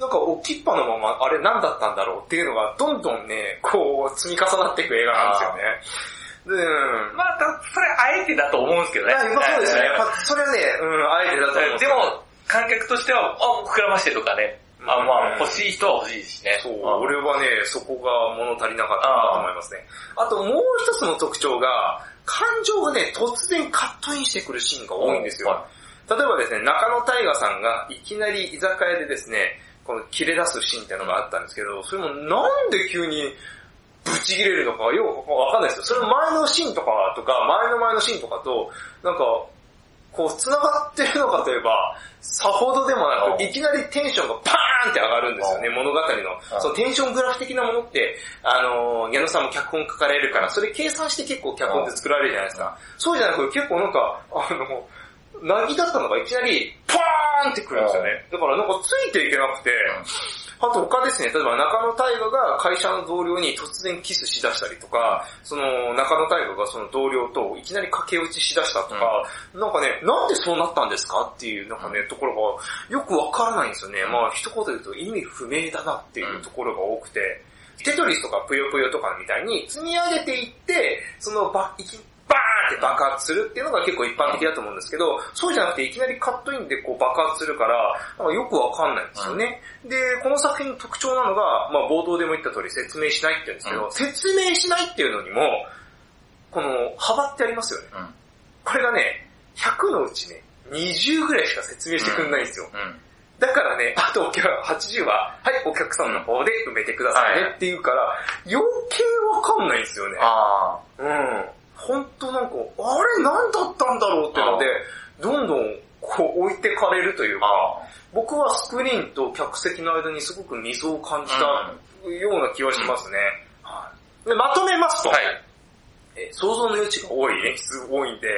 Speaker 2: なんか置きっぱのまま、あれ何だったんだろうっていうのがどんどんね、こう積み重なっていく映画なんですよね。で、うん。
Speaker 1: まあ、だそれあえてだと思うんですけどね。
Speaker 2: まあまあそうですね。
Speaker 1: はい
Speaker 2: やっぱそれはね、うん、あえてだと思うんす
Speaker 1: で
Speaker 2: よ
Speaker 1: も、観客としては、あ、膨らましてとかね。あ、まあ、欲しい人は欲しいしね。
Speaker 2: そう、
Speaker 1: あ
Speaker 2: 俺はね、そこが物足りなかったなと思いますね。あともう一つの特徴が、感情がね、突然カットインしてくるシーンが多いんですよ。
Speaker 1: は
Speaker 2: 例えばですね、中野大河さんがいきなり居酒屋でですね、この切れ出すシーンっていうのがあったんですけど、それもなんで急にブチ切れるのかよくわかんないですよ。それも前のシーンとかとか、前の前のシーンとかと、なんか、こう繋がってるのかといえば、さほどでもなく、いきなりテンションがパーンって上がるんですよね、物語の。
Speaker 1: ん
Speaker 2: そのテンショングラフ的なものって、あのー、矢野さんも脚本書かれるから、それ計算して結構脚本で作られるじゃないですか。そうじゃなく、結構なんか、あの、なぎだったのがいきなり、パーンってくるんですよね。だからなんかついていけなくて、あと他ですね、例えば中野大河が会社の同僚に突然キスしだしたりとか、その中野大河がその同僚といきなり駆け落ちしだしたとか、なんかね、なんでそうなったんですかっていうなんかね、ところがよくわからないんですよね。まあ一言で言うと意味不明だなっていうところが多くて、テトリスとかぷよぷよとかみたいに積み上げていって、そのば、いき、バーンって爆発するっていうのが結構一般的だと思うんですけど、そうじゃなくていきなりカットインでこう爆発するから、なんかよくわかんないんですよね。で、この作品の特徴なのが、まあ冒頭でも言った通り説明しないって言うんですけど、
Speaker 1: う
Speaker 2: 説明しないっていうのにも、この幅ってありますよね。
Speaker 1: いうん。
Speaker 2: これがね、100のうちね、20ぐらいしか説明してくんないんですよ。
Speaker 1: うん。
Speaker 2: だからね、あとお客80は、はい、お客さんの方で埋めてくださいねって言うから、余計わかんないんですよね。
Speaker 1: ああ。
Speaker 2: うん。本当なんか、あれ何だったんだろうってので、どんどんこう置いてかれるというか、僕はスクリーンと客席の間にすごく溝を感じたような気はしますね。はいでまとめますと、
Speaker 1: はい。
Speaker 2: えー想像の余地が多い演出多いんで、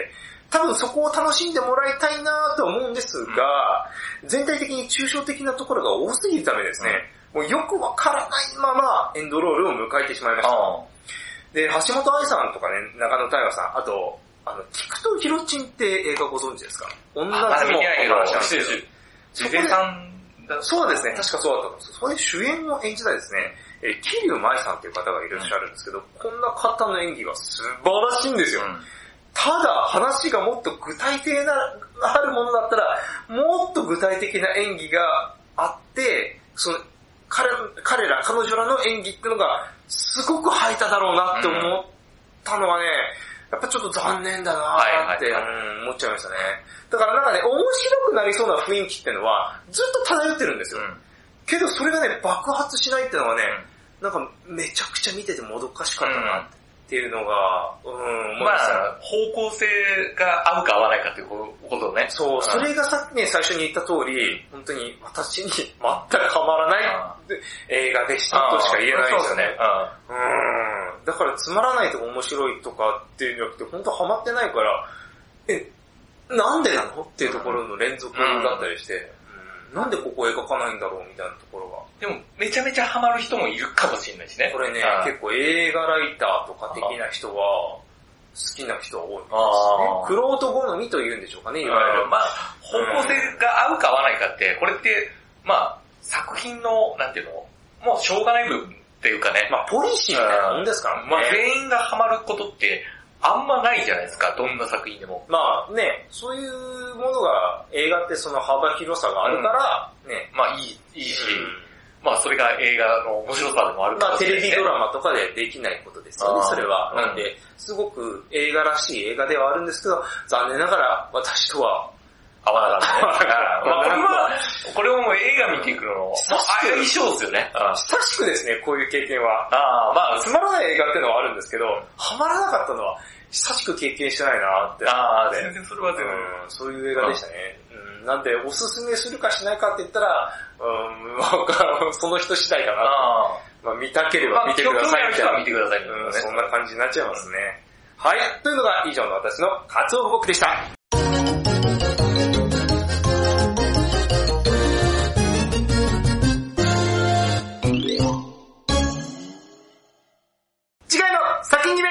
Speaker 2: 多分そこを楽しんでもらいたいなとは思うんですが、全体的に抽象的なところが多すぎるためですね、もうよくわからないままエンドロールを迎えてしまいました。
Speaker 1: あ
Speaker 2: で、橋本愛さんとかね、中野太賀さん、あと、あの、菊とひろちんって映画ご存知ですか女
Speaker 1: あ。まだ
Speaker 2: 相撲
Speaker 1: 見
Speaker 2: の
Speaker 1: てないけど、
Speaker 2: 話なんです
Speaker 1: 失
Speaker 2: け
Speaker 1: 礼し事前
Speaker 2: ど
Speaker 1: さんだ
Speaker 2: そうですね、確かそうだったんです。それ主演を演じたですね、えー、桐生舞さんという方がいらっしゃるんですけど、こんな方の演技が素晴らしいんですよ。ただ話がもっと具体的な、あるものだったら、もっと具体的な演技があって、その、彼彼ら、彼女らの演技ってのが、すごく吐いただろうなって思ったのはね、やっぱちょっと残念だなーっ
Speaker 1: は
Speaker 2: て、
Speaker 1: いはいは
Speaker 2: うん思っちゃいましたね。だからなんかね、面白くなりそうな雰囲気ってのは、ずっと漂ってるんですよ。けどそれがね、爆発しないってのはね、なんかめちゃくちゃ見ててもどかしかったなっていうのが、うん、思い
Speaker 1: ま
Speaker 2: ましたね。
Speaker 1: あ、方向性が合うか合わないかということね。
Speaker 2: そう、
Speaker 1: ん
Speaker 2: それがさっきね、最初に言った通り、本当に私に全くはまらな
Speaker 1: う
Speaker 2: い映画でしたとしか言えないですよね。うん。だからつまらないとか面白いとかっていうんじゃなくて、本当はまってないから、え、なんでなのっていうところの連続だったりして、うんなんでここ描かないんだろうみたいなところ
Speaker 1: で
Speaker 2: が。
Speaker 1: も、めちゃめちゃハマる人もいるかもしれないしね。
Speaker 2: これね、
Speaker 1: うん
Speaker 2: 結構映画ライターとか的な人は、好きな人は多いですね
Speaker 1: あー。
Speaker 2: クロート好みというんでしょうかね、いわゆる。
Speaker 1: まあ、方向性が合うか合わないかって、これって、まあ、作品の、なんていうの、もうしょうがない部分っていうかね、
Speaker 2: まあ、ポリシーみたいなもんですからね。
Speaker 1: まあ、全員がハマることって、あんまないじゃないですか、どんな作品でも。
Speaker 2: まあね、そういうものが、映画ってその幅広さがあるから、ね、
Speaker 1: まあ、いい、いいし、まあ、それが映画の面白さでもあるか
Speaker 2: まあ
Speaker 1: もし
Speaker 2: テ
Speaker 1: れな
Speaker 2: レ
Speaker 1: いし
Speaker 2: ビ
Speaker 1: ね
Speaker 2: ドラマとかでできないことですよ
Speaker 1: あ
Speaker 2: ね
Speaker 1: ー、
Speaker 2: それは。
Speaker 1: うん
Speaker 2: なんで、すごく映画らしい映画ではあるんですけど、残念ながら私とは、
Speaker 1: 合わなか ったね。まあ、これは
Speaker 2: まあ、
Speaker 1: これはもう映画見ていくのの、
Speaker 2: 久しく
Speaker 1: 相性ですよね。あ
Speaker 2: 親しくですね、こういう経験は。
Speaker 1: あ、まあ、
Speaker 2: つまらない映画ってのはあるんですけど、ハマらなかったのは、久しく経験してないなって。
Speaker 1: ああ、
Speaker 2: ね
Speaker 1: 全然それは全然。
Speaker 2: うんそういう映画でしたね。うん、なんで、おすすめするかしないかって言ったら、うん、わかんその人次第かな。
Speaker 1: あ
Speaker 2: まあ見たけれ
Speaker 1: あ、ま
Speaker 2: ば
Speaker 1: あ、
Speaker 2: 見てください
Speaker 1: 興味ある
Speaker 2: みたい
Speaker 1: 人は
Speaker 2: な。
Speaker 1: 見てくださいみたいなね。
Speaker 2: うん、そんな感じになっちゃいますね。はい、というのが以上の私の活動報告でした。次回の先に決め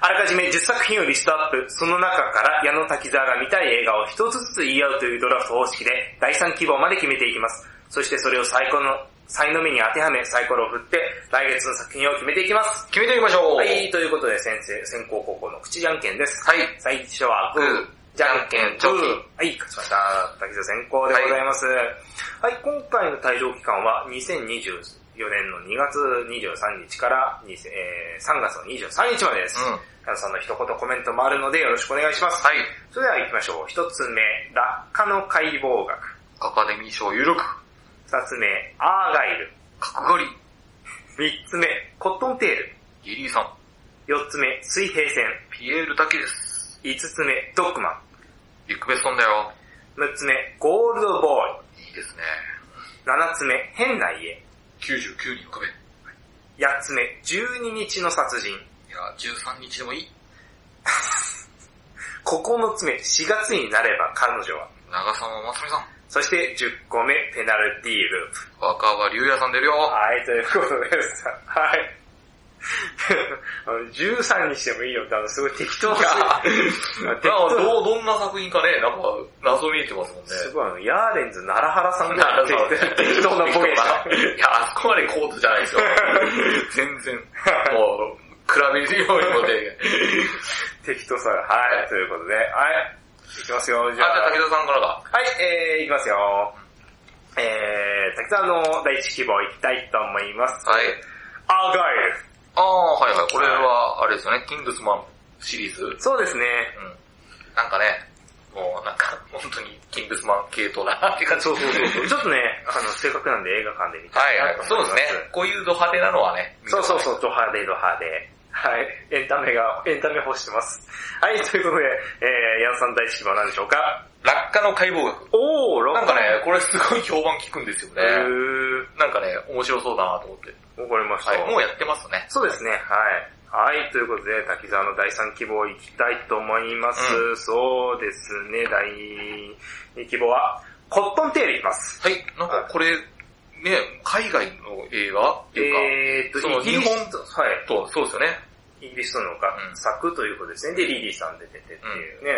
Speaker 2: あらかじめ10作品をリストアップ、その中から矢野滝沢が見たい映画を一つずつ言い合うというドラフト方式で第3希望まで決めていきます。そしてそれを最高の、才の目に当てはめサイコロを振って来月の作品を決めていきます。
Speaker 1: 決めていきましょう。
Speaker 2: はい、ということで先生、先行高校の口じゃんけんです。はい。最初はグ
Speaker 1: グ
Speaker 2: ー
Speaker 1: ー、
Speaker 2: じゃんけん、チョキ。はい、勝ちました。滝沢先行でございます。はい、今回の退場期間は2024年の2月23日から、にせえー3月の23日までです。
Speaker 1: うん。
Speaker 2: 皆さんの一言コメントもあるのでよろしくお願いします。
Speaker 1: はい。
Speaker 2: それでは行きましょう。一つ目、落下の解剖学。
Speaker 1: アカデミー賞有力。
Speaker 2: 二つ目、アーガイル。
Speaker 1: 角刈り。
Speaker 2: 三つ目、コットンテール。
Speaker 1: リリーさん。
Speaker 2: 四つ目、水平線。
Speaker 1: ピエールだけです。
Speaker 2: 五つ目、ドッグマン。
Speaker 1: ビッグベストンだよ。
Speaker 2: 六つ目、ゴールドボーイ。
Speaker 1: いいですね。
Speaker 2: 七つ目、変な家。
Speaker 1: 99人の壁。い
Speaker 2: 八つ目、十二日の殺人。
Speaker 1: や、13日でもいい。
Speaker 2: 九つ目、四月になれば彼女は。
Speaker 1: 長澤まさみさん。
Speaker 2: そして十個目、ペナルティーループ。
Speaker 1: 若葉龍也さん出るよ。
Speaker 2: はい、ということです。はい。 あの13にしてもいいよって、あの、すごい適当な。
Speaker 1: なん
Speaker 2: 適
Speaker 1: か、
Speaker 2: 当
Speaker 1: どう、どんな作品かね、なんか、謎めいてますもんね。
Speaker 2: すごい、あの、ヤーレンズ奈良原さん
Speaker 1: な
Speaker 2: が
Speaker 1: るほど
Speaker 2: 適当なボケでした。
Speaker 1: いや、あそこまでコートじゃない ですよ。全然。もう、比べるように もで。
Speaker 2: 適当さが。はい、ということで、はい。いきますよ、
Speaker 1: あ、
Speaker 2: じ
Speaker 1: じ
Speaker 2: ゃ
Speaker 1: ゃあ
Speaker 2: あ。
Speaker 1: 武田さんからだ。
Speaker 2: はい、えー、いきますよ。えー、滝沢の第一希望いきたいと思います。
Speaker 1: はい。
Speaker 2: アーガイル。
Speaker 1: ああ、はいはい。これは、あれですよね、キングスマンシリーズ。うん。
Speaker 2: そうですね。
Speaker 1: なんかね、もうなんか、本当に、キングスマン系となって感じ。 そうそうそう
Speaker 2: ちょっとね、あの、正確なんで映画館で見た
Speaker 1: はい
Speaker 2: い
Speaker 1: は
Speaker 2: ないと、
Speaker 1: そう
Speaker 2: 思
Speaker 1: で
Speaker 2: い
Speaker 1: す
Speaker 2: ます。
Speaker 1: ね。こういうド派手なのはね、
Speaker 2: そうそうそう、ド派手ド派手。はい。エンタメが、エンタメ欲してます。はい、ということで、えー、ヤンさん大好きは何でしょうか
Speaker 1: 落下の解剖学。
Speaker 2: おー、ロッ
Speaker 1: なんかね、これすごい評判聞くんですよね
Speaker 2: え。ー、
Speaker 1: なんかね、面白そうだなと思って。
Speaker 2: わかりました。
Speaker 1: はい、もうやってますね。
Speaker 2: そうですね、はい。はい、ということで、滝沢の第3希望いきたいと思います。
Speaker 1: う
Speaker 2: そうですね、第2希望は、コットンテールいきます。
Speaker 1: はい、なんかこれ、ね、海外の映画っていうか、
Speaker 2: えーっと、
Speaker 1: その
Speaker 2: イギリス
Speaker 1: 日本
Speaker 2: と、はい。
Speaker 1: とそうですよね。
Speaker 2: イギリスとのか
Speaker 1: うん
Speaker 2: 作ということですね。で、リリーさん出ててっていうね。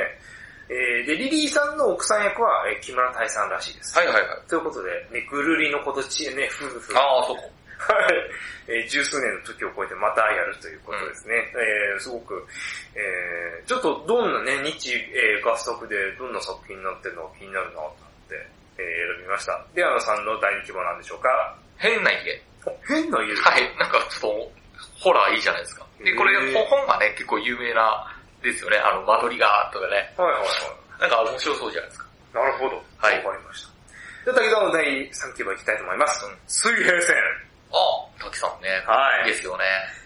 Speaker 2: えーで、リリーさんの奥さん役は、えー木村太さんらしいです。
Speaker 1: はいはいはい。
Speaker 2: ということで、ね、ぐるりのことちね、夫婦が、
Speaker 1: ああ、そうか。
Speaker 2: はいえー十数年の時を超えてまたやるということですね。えーすごく、えーちょっとどんなね、日、えー合作でどんな作品になってるのか気になるなと思って、えー選びました。で、あのさんの第二希望なんでしょうか
Speaker 1: 変な家。
Speaker 2: 変な家です
Speaker 1: はい、なんかちょっと、ホラーいいじゃないですか。で、これ
Speaker 2: へー、
Speaker 1: ほ本がね、結構有名な、ですよね。あの、間取りが、とかね。
Speaker 2: はいはい
Speaker 1: なん
Speaker 2: はい。
Speaker 1: か面白そうじゃないですか。
Speaker 2: なるほど。
Speaker 1: はい
Speaker 2: わかりました。じゃあ、滝沢の第3希望いきたいと思います。
Speaker 1: うん
Speaker 2: 水平線。
Speaker 1: ああ、滝さんね。
Speaker 2: はい
Speaker 1: いですよね。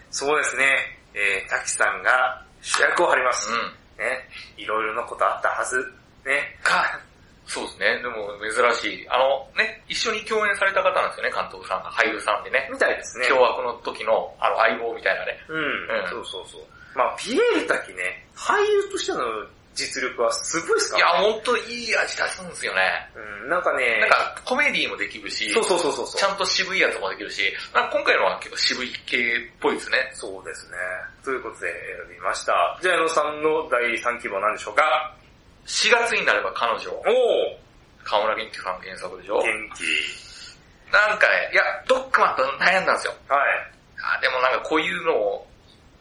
Speaker 2: そうですね。えー、滝さんが主役を張りま
Speaker 1: う
Speaker 2: す。
Speaker 1: ん。
Speaker 2: ね。いろいろなことあったはず。ね。
Speaker 1: か、そうですね。でも珍しい。あの、ね、一緒に共演された方なんですよね、監督さんが。俳優さんでね。
Speaker 2: みたいですね。
Speaker 1: 凶悪の時の、あの、相棒みたいなね。
Speaker 2: うん、
Speaker 1: ん
Speaker 2: そうそうそう。まあピエール滝ね、俳優としての実力はすごいですか
Speaker 1: いや、
Speaker 2: ら、ね。
Speaker 1: ほんといい味出すんですよね。
Speaker 2: うん、なんかね、
Speaker 1: なんか、コメディもできるし、
Speaker 2: そうそうそうそうそう。
Speaker 1: ちゃんと渋いやつもできるし、なんか今回のは結構渋い系っぽいですね。
Speaker 2: そうですね。ということで選びました。じゃあ、矢野さんの第3希望なんでしょうか
Speaker 1: 4月になれば彼女、
Speaker 2: おお
Speaker 1: 河村元気さんの原作でしょ
Speaker 2: 元気。
Speaker 1: なんかね、いや、ドックマンと悩んだんですよ。
Speaker 2: はい。
Speaker 1: あ、でもなんかこういうのを、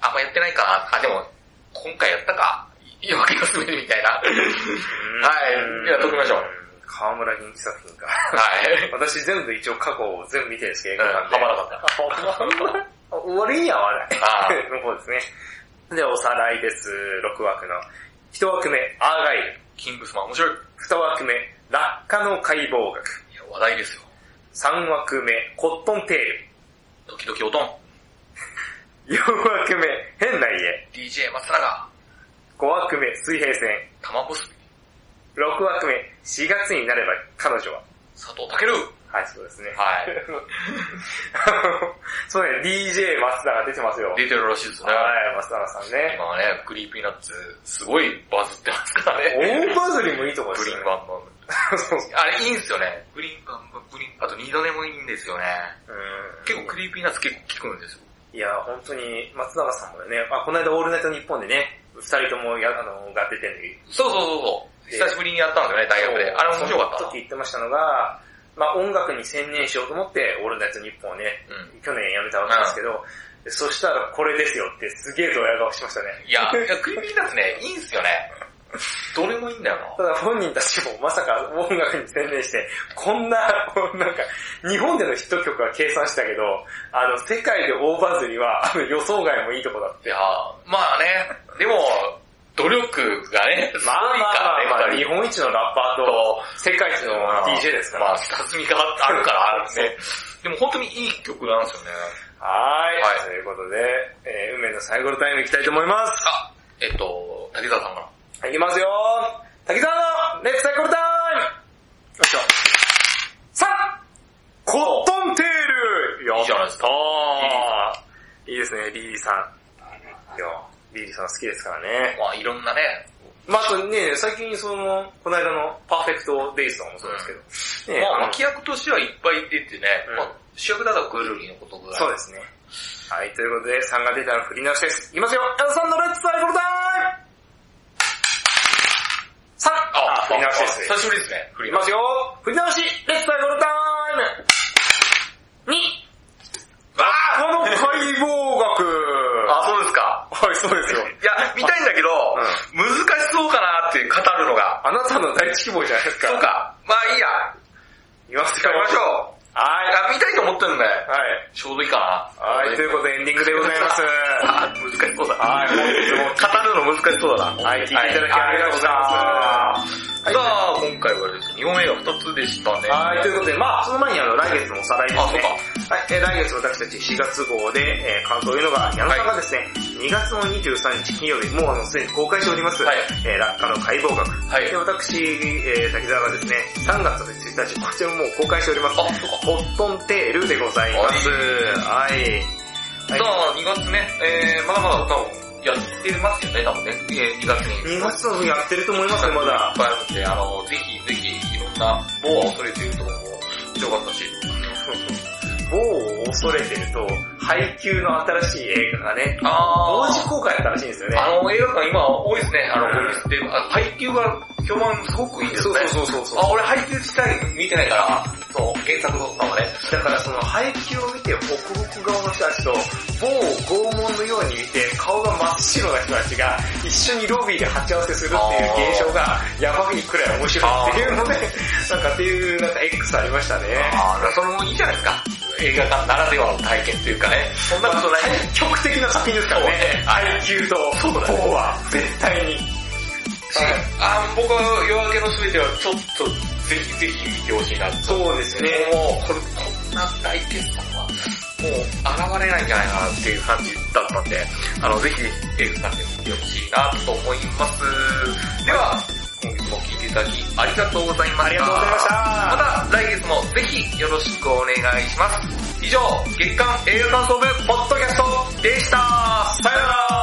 Speaker 1: あんまやってないかな。あ、でも、今回やったか。夜明けのすべてみた いな。はい。
Speaker 2: はい
Speaker 1: やっときましょう。
Speaker 2: 河村元気作品か。
Speaker 1: はい。
Speaker 2: 私全部一応過去を全部見てるんですけど、映画館で。
Speaker 1: はまらなかっ
Speaker 2: あ終わりには合わない。
Speaker 1: あー
Speaker 2: の方ですね。で、おさらいです。6枠の。1枠目、アーガイル。
Speaker 1: た。キングスマン面白い。
Speaker 2: 2枠目、落下の解剖学。
Speaker 1: いや、話題ですよ。
Speaker 2: 3枠目、コットンテ
Speaker 1: ドキドキおとん。
Speaker 2: ール。4枠目、変な家。
Speaker 1: DJ 松永。
Speaker 2: 5枠目、水平線。
Speaker 1: 玉結び。
Speaker 2: 6枠目、4月になれば彼女は。
Speaker 1: 佐藤健。
Speaker 2: はい、そうですね。
Speaker 1: はい。
Speaker 2: そうね、DJ 松永出てますよ。はい
Speaker 1: 出てるらしいですね。、
Speaker 2: 松永さんね。
Speaker 1: 今はね、クリーピーナッツ、すごいバズってますからね。
Speaker 2: 大バズりもいいとこで
Speaker 1: ブ
Speaker 2: す
Speaker 1: リ
Speaker 2: よ
Speaker 1: ン
Speaker 2: ね。
Speaker 1: バンバン。
Speaker 2: そうそう
Speaker 1: あれいいんすよね。ブリンバンバン、ブリン、あと二度寝もいいんですよね。
Speaker 2: うん
Speaker 1: 結構クリーピーナッツ結構効くんですよ。
Speaker 2: いや、本当に、松永さんもね、あ、この間オールナイト日本でね、二人ともや、あの、が出てるんで、
Speaker 1: そうそうそうそう。久しぶりにやったんですよね、大学で。あれ面白かっ
Speaker 2: そ
Speaker 1: た
Speaker 2: の
Speaker 1: な。
Speaker 2: 時言ってましたのが、まあ音楽に専念しようと思って、オールナイト日本をね、
Speaker 1: う
Speaker 2: 去年やめたわけですけど、そしたらこれですよってすげえドヤ顔しましたね。
Speaker 1: ん。いや、いやクリーピーナッツね、いいんすよね。どれもいいんだよ
Speaker 2: ただ本人たちもまさか音楽に専念して、こんな、なんか、日本でのヒット曲は計算したけど、あの、世界で大バズりは、あの、予想外もいいとこだっ
Speaker 1: な。いやまあね、でも、努力がね、すごい
Speaker 2: た。まあまあまあ
Speaker 1: か
Speaker 2: ま
Speaker 1: ら
Speaker 2: あ、
Speaker 1: ね、
Speaker 2: 日本一のラッパーと、
Speaker 1: と、
Speaker 2: 世界一の DJ ですから。
Speaker 1: まあ、下積みがある からね。でも本当にいい曲なんですよね。
Speaker 2: はーい,、
Speaker 1: はい
Speaker 2: ということで、えー、運命のサイコロタイムいきたいと思います。
Speaker 1: あ、えっと、滝沢さんから。
Speaker 2: いきますよー滝沢のレッツサイコロタイムよいしょ。さあコットンテール
Speaker 1: いいじゃないですか
Speaker 2: あーいいですね、リリーさん。いや、リリーさん好きですからね。
Speaker 1: まあ、いろんなね、
Speaker 2: まあ、あとね、最近その、この間のパーフェクトデイズとかもそうですけど、ね
Speaker 1: まあ、
Speaker 2: の
Speaker 1: 脇役としてはいっぱい出てね、
Speaker 2: うん
Speaker 1: まあ、主役だとグルリのことぐらい。
Speaker 2: そうですね。はい、ということで、3が出たら振り直しです。いきますよ、ヤンさんのレッツサイコロタイム !3!
Speaker 1: あ、
Speaker 2: あ、振り直しです。
Speaker 1: あ久しぶりですね。振
Speaker 2: い
Speaker 1: り
Speaker 2: き
Speaker 1: 直
Speaker 2: ま
Speaker 1: し。
Speaker 2: すよ、振り直し、レッツサイコロタイム !2!
Speaker 1: あ
Speaker 2: この解剖学
Speaker 1: あ、そうですか。
Speaker 2: はい、そう ですよ。
Speaker 1: いや、見たいんだけど、難しそうかなって語るのが。
Speaker 2: あなたの第一希望じゃないですか。
Speaker 1: そう。か。まあいいや。
Speaker 2: いきます
Speaker 1: や
Speaker 2: よ。
Speaker 1: りましょう。
Speaker 2: はい
Speaker 1: いや、見たいと思ってるんで、
Speaker 2: はい。
Speaker 1: ちょうどいいかな。
Speaker 2: はい、ということでエンディングでございます。
Speaker 1: あ難しそうだ。
Speaker 2: はい本日も
Speaker 1: 語るの難しそうだな。
Speaker 2: はい、聞いていただきありがとうございます。
Speaker 1: す。が、今回はですね、日本映画2つでしたね。
Speaker 2: はい、ということで、まあ、その前にあの、来月のおさらいですね。
Speaker 1: あ、そうか。
Speaker 2: はい、えー来月私たち4月号で、えー、感想を言うのが、矢野さんがですね、2月の23日金曜日、もうあの、すでに公開しております、
Speaker 1: はい
Speaker 2: えー落下の解剖学。
Speaker 1: はい。
Speaker 2: で、私、えー、滝沢がですね、3月の1日、こちらももう公開しております、
Speaker 1: あ、そうか。
Speaker 2: コットンテールでございます。はい。
Speaker 1: さあ、2月ね、えー、まだまだ多分、やってますよね、多分ね。えー、2月に。
Speaker 2: 2月の分やってると思いますね、ま
Speaker 1: い
Speaker 2: だ
Speaker 1: っ。ぱいあるんで、あの、ぜひぜひ、いろんな、棒を恐れているところも、面白かったし。
Speaker 2: 某を恐れてると、配給の新しい映画がね、同
Speaker 1: あ
Speaker 2: 時公開だったらしいんですよね。
Speaker 1: あの、映画館今多いですね、あの、
Speaker 2: うん
Speaker 1: ゴミ捨てる。あ配給が評判すごくいいですね。
Speaker 2: そうそうそう。
Speaker 1: あ、俺配給自体見てないから、そう、原作とかもね。
Speaker 2: だからその配球を見てホクホク顔の人たちと、某拷問のように見て顔が真っ白な人たちが一緒にロビーで鉢合わせするっていう現象がやばいくらい面白いっていうので、なんかっていうなんか X ありましたね。
Speaker 1: ああ、それもいいじゃないですか。映画館ならではの体験というかね。そんなことない。
Speaker 2: 極的な作品ですからね。配球と某は絶対に。
Speaker 1: あー僕は夜明けのすべてはちょっとぜひぜひ見てほしいなと。
Speaker 2: そうですね。
Speaker 1: もうこれ、こんな大傑作は、もう現れないんじゃないかなっていう感じだったんで、あの、ぜひ映画館で見てほしいなと思います。では、今月も聞いていただきありがとうございました。
Speaker 2: ありがとうございました。
Speaker 1: また来月もぜひよろしくお願いします。以上、月刊映画感想部ポッドキャストでした。さよなら